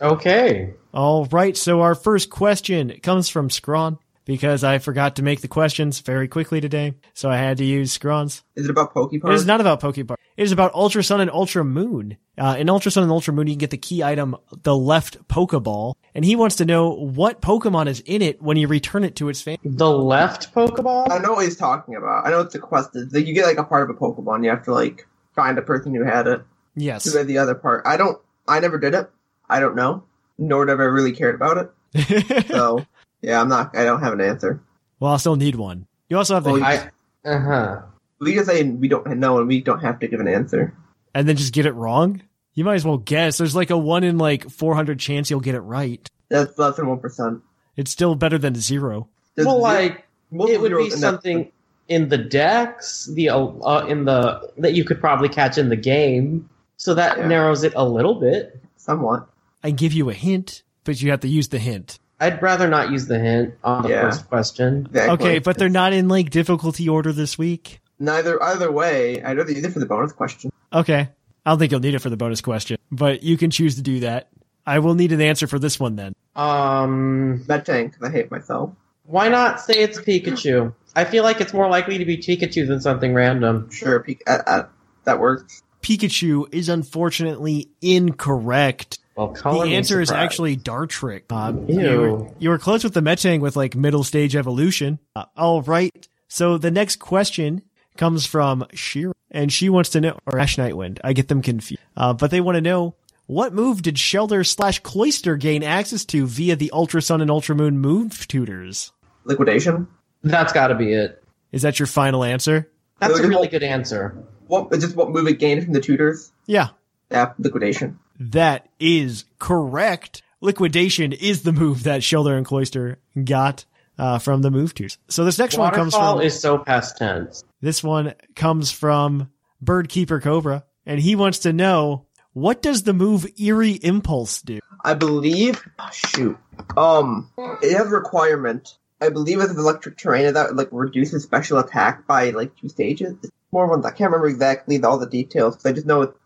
Okay.
All right. So our first question comes from Scrawn because I forgot to make the questions very quickly today. So I had to use Scrawns.
Is it about Pokepark?
It is not about Pokebar. It is about Ultra Sun and Ultra Moon. Uh, in Ultra Sun and Ultra Moon, you can get the key item, the left Pokeball. And he wants to know what Pokemon is in it when you return it to its fan.
The left Pokeball?
I know what he's talking about. I know it's a quest. It's like you get like a part of a Pokemon. You have to like find a person who had it.
Yes.
To get the other part. I don't. I never did it. I don't know. Nor have I really cared about it. so yeah, I'm not. I don't have an answer.
Well, I still need one. You also have the
Well,
hint.
Oh, I, uh-huh.
We just say we don't know, and we don't have to give an answer.
and then just get it wrong. You might as well guess. There's like a one in like 400 chance you'll get it right.
That's less than one percent.
It's still better than zero.
Well, like it would be something in the decks, the uh, in the that you could probably catch in the game. So that
Yeah.
narrows it a little bit.
somewhat.
I give you a hint, but you have to use the hint.
I'd rather not use the hint on the
Yeah.
first question.
Exactly.
Okay, but they're not in like difficulty order this week.
neither. Either way, I'd rather use it for the bonus question.
Okay. I don't think you'll need it for the bonus question, but you can choose to do that. I will need an answer for this one then.
Um,
That tank. 'cause I hate myself.
why not say it's Pikachu? I feel like it's more likely to be Pikachu than something random.
Sure, Pik- uh, uh, that works.
Pikachu is unfortunately incorrect.
Well, color
the
me
answer is
surprised.
actually Dartrick. Um,
Ew.
You, were, you were close with the Metang with like middle stage evolution. Uh, all right. So the next question comes from Shira, and she wants to know, or Ash Nightwind. I get them confused. Uh, but they want to know what move did Shelter slash Cloister gain access to via the Ultra Sun and Ultra Moon move tutors?
Liquidation.
that's got to be it.
Is that your final answer?
That's a
Look at
really
what-
good answer.
What? Just what move it gained from the tutors?
Yeah.
Yeah, liquidation.
That is correct. Liquidation is the move that Shelter and Cloister got uh, from the move tutors. So this next one comes
Waterfall
from
is so past tense.
This one comes from Birdkeeper Cobra, and he wants to know what does the move Eerie Impulse do?
I believe. Shoot. Um, it has a requirement. I believe it's an electric terrain that like reduces special attack by like two stages. It's more ones. I can't remember exactly all the details. 'cause I just know hmm. it's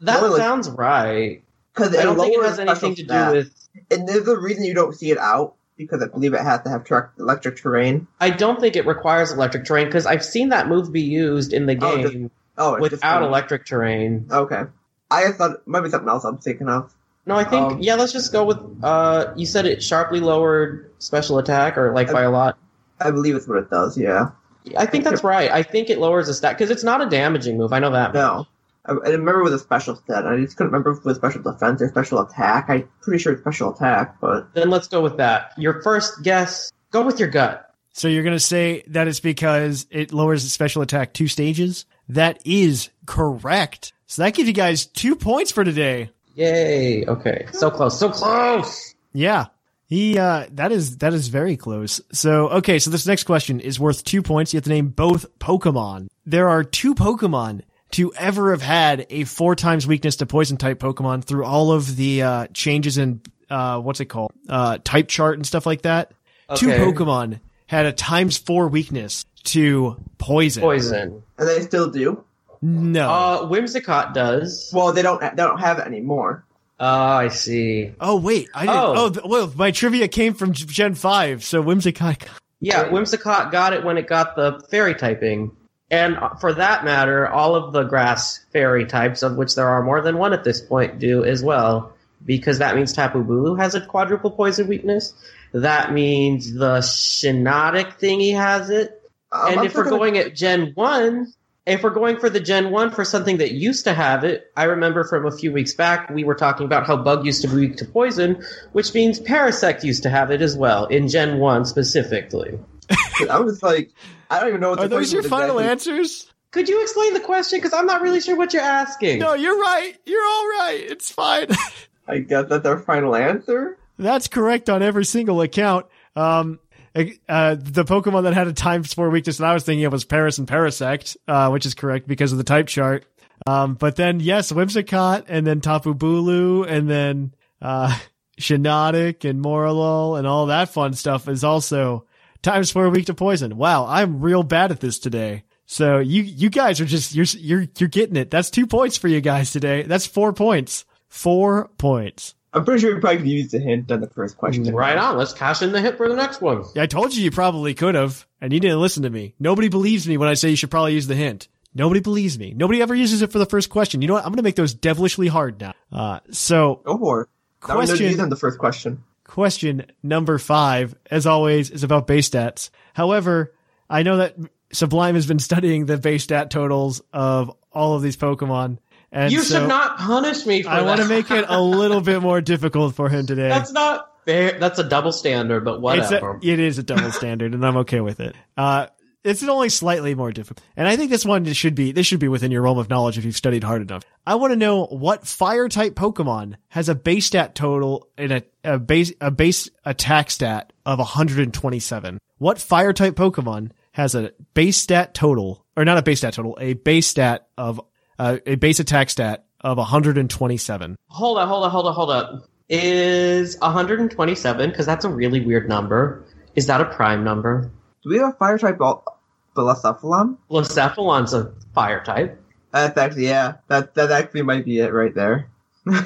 That
Well, like-
sounds right.
because
I don't think it has anything to do with.
And there's a reason you don't see it out because I believe it has to have tra- electric terrain.
I don't think it requires electric terrain because I've seen that move be used in the
Oh, just-
game
Oh, it's just-
without electric terrain.
Okay. I just thought it might be something else I'm thinking of.
No, I think
Um,
yeah. Let's just go with. Uh, you said it sharply lowered special attack or like by a lot.
I believe it's what it does. Yeah.
I think that's right. I think it lowers the stat because it's not a damaging move. I know that.
No. I, I remember with a special stat. I just couldn't remember if it was special defense or special attack. I'm pretty sure it's special attack, but
Then let's go with that. Your first guess. Go with your gut.
So you're going to say that it's because it lowers its special attack two stages? That is correct. So that gives you guys two points for today.
Yay. Okay. So close. So close.
Yeah. He uh that is that is very close. So okay, so this next question is worth 2 points. You have to name both Pokemon. There are two Pokemon to ever have had a 4 times weakness to poison type Pokemon through all of the uh changes in uh what's it called? Uh type chart and stuff like that. Two
Okay.
Pokemon had a times 4 weakness to poison.
Poison.
and they still do.
No.
Uh, Whimsicott does.
Well, they don't. They don't have it anymore.
Oh, I see.
oh wait, I didn't.
oh.
Oh, th- well, my trivia came from G- Gen 5, so Whimsicott
Yeah, Whimsicott got it when it got the fairy typing. And uh, for that matter, all of the grass fairy types, of which there are more than one at this point, do as well, because that means Tapu Bulu has a quadruple poison weakness. That means the Shinotic thingy has it.
Um,
and
I'm
if we're
still gonna-
going at Gen 1, if we're going for the Gen 1 for something that used to have it, I remember from a few weeks back, we were talking about how Bug used to be weak to poison, which means Parasect used to have it as well, in Gen 1 specifically.
I'm just like, I don't even know. What
Are
the
those
question
your
is
final
exactly.
answers?
Could you explain the question? Because I'm not really sure what you're asking.
No, you're right. You're all right. It's fine.
I guess that's our final answer.
That's correct on every single account. Um, uh, the Pokemon that had a times four weakness that I was thinking of was Paris and Parasect, uh, which is correct because of the type chart. Um, but then yes, Whimsicott and then Tapu Bulu and then, uh, Shinodic and Morolol and all that fun stuff is also times four weak to poison. Wow. I'm real bad at this today. So you, you guys are just, you're, you're, you're getting it. That's two points for you guys today. That's four points. Four points.
I'm pretty sure you probably used the hint on the first question.
Mm, Right on. Let's cash in the hit for the next one.
Yeah, I told you you probably could have, and you didn't listen to me. Nobody believes me when I say you should probably use the hint. Nobody believes me. Nobody ever uses it for the first question. You know what? I'm going to make those devilishly hard now. Uh, so
Go for it. Now we know to
Question-
use them the first question.
question number five, as always, is about base stats. However, I know that Sublime has been studying the base stat totals of all of these Pokemon. And
you
so
should not punish me for
I
that.
want to make it a little bit more difficult for him today.
That's not fair. That's a double standard, but
It's
whatever.
a, it is a double standard, and I'm okay with it. Uh, it's only slightly more difficult, and I think this one should be this should be within your realm of knowledge if you've studied hard enough. I want to know what fire type Pokemon has a base stat total and a, a base a base attack stat of 127. What fire type Pokemon has a base stat total, or not a base stat total, a base stat of uh, a base attack stat of 127?
Hold on, hold on, hold on, hold on. Is 127, because that's a really weird number. Is that a prime number?
Do we have a fire type ball- Blacephalon?
Blacephalon's a fire type.
That's actually yeah. That that actually might be it right there.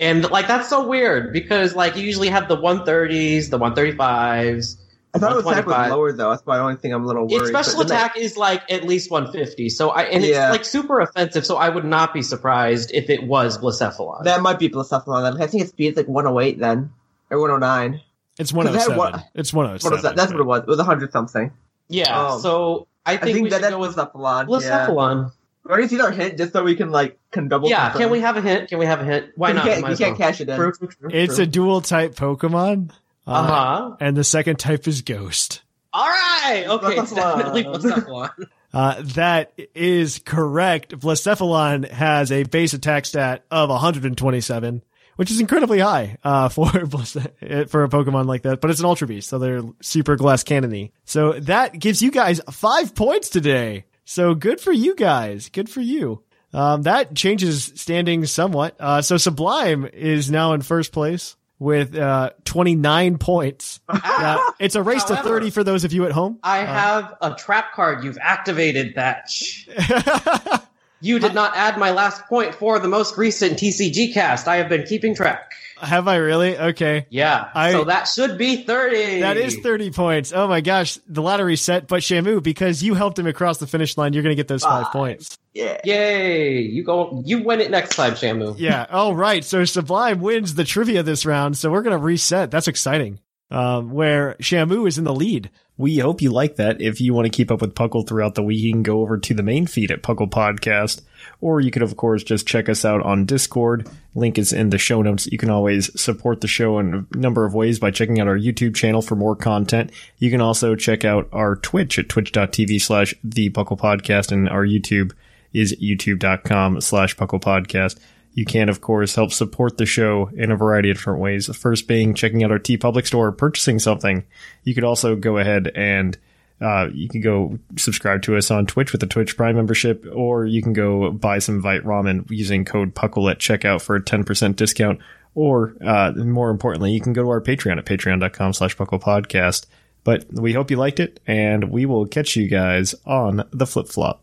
And like that's so weird because like you usually have the 130s, the 135s.
I thought it was actually
125.
lower though. That's my only thing I'm a little worried.
Its special
but then I-
attack is like at least 150. So I and
Yeah.
it's like super offensive. So I would not be surprised if it was Blacephalon.
That might be Blacephalon. Then. I think its speed's like 108 then, or 109.
It's
Because they had
107.
one- oh
it's
What was
107.
that? That's what it was. It was 100 something.
yeah.
Um,
so I
I
think,
think
we
that
should
that
go with
was Blacephalon. Yeah.
Blacephalon.
We're gonna see our hint just so we can like can double.
Yeah.
confirm.
Can we have a hint? Can we have a hint? Why
You
not?
can't-
Might
you
as
can't
well.
cash it in.
True, true, true,
It's
true.
a dual type Pokemon. Uh,
Uh-huh.
And the second type is Ghost.
All right. Okay. It's definitely Blacephalon.
Uh, that is correct. Blacephalon has a base attack stat of 127, which is incredibly high uh, for Blace- for a Pokemon like that. But it's an Ultra Beast, so they're super glass cannony. So that gives you guys five points today. So good for you guys. Good for you. Um, that changes standings somewhat. Uh, so Sublime is now in first place with uh, 29 points. Uh, it's a race to
However-
30 for those of you at home.
I have a trap card. You've activated that. Shh. You did not add my last point for the most recent TCG cast. I have been keeping track.
Have I really? Okay.
Yeah.
I-
so that should be 30.
That is 30 points. Oh my gosh. The lottery set, but Shamu, because you helped him across the finish line, you're going to get those five points.
Yeah.
Yay. You go you win it next time, Shamu.
Yeah. All right. So Sublime wins the trivia this round. So we're going to reset. That's exciting. Um, where Shamu is in the lead. We hope you like that. If you want to keep up with Puckle throughout the week, you can go over to the main feed at Puckle Podcast, or you could, of course, just check us out on Discord. Link is in the show notes. You can always support the show in a number of ways by checking out our YouTube channel for more content. You can also check out our Twitch at twitch.tv slash the Puckle Podcast, and our YouTube is youtube.com slash Puckle Podcast. You can, of course, help support the show in a variety of different ways. The first being checking out our T Public store, purchasing something. You could also go ahead and uh, you can go subscribe to us on Twitch with the Twitch Prime membership, or you can go buy some Vite Ramen using code Puckle at checkout for a 10% discount. Or uh, more importantly, you can go to our Patreon at patreon.com slash Puckle Podcast. But we hope you liked it, and we will catch you guys on the flip flop.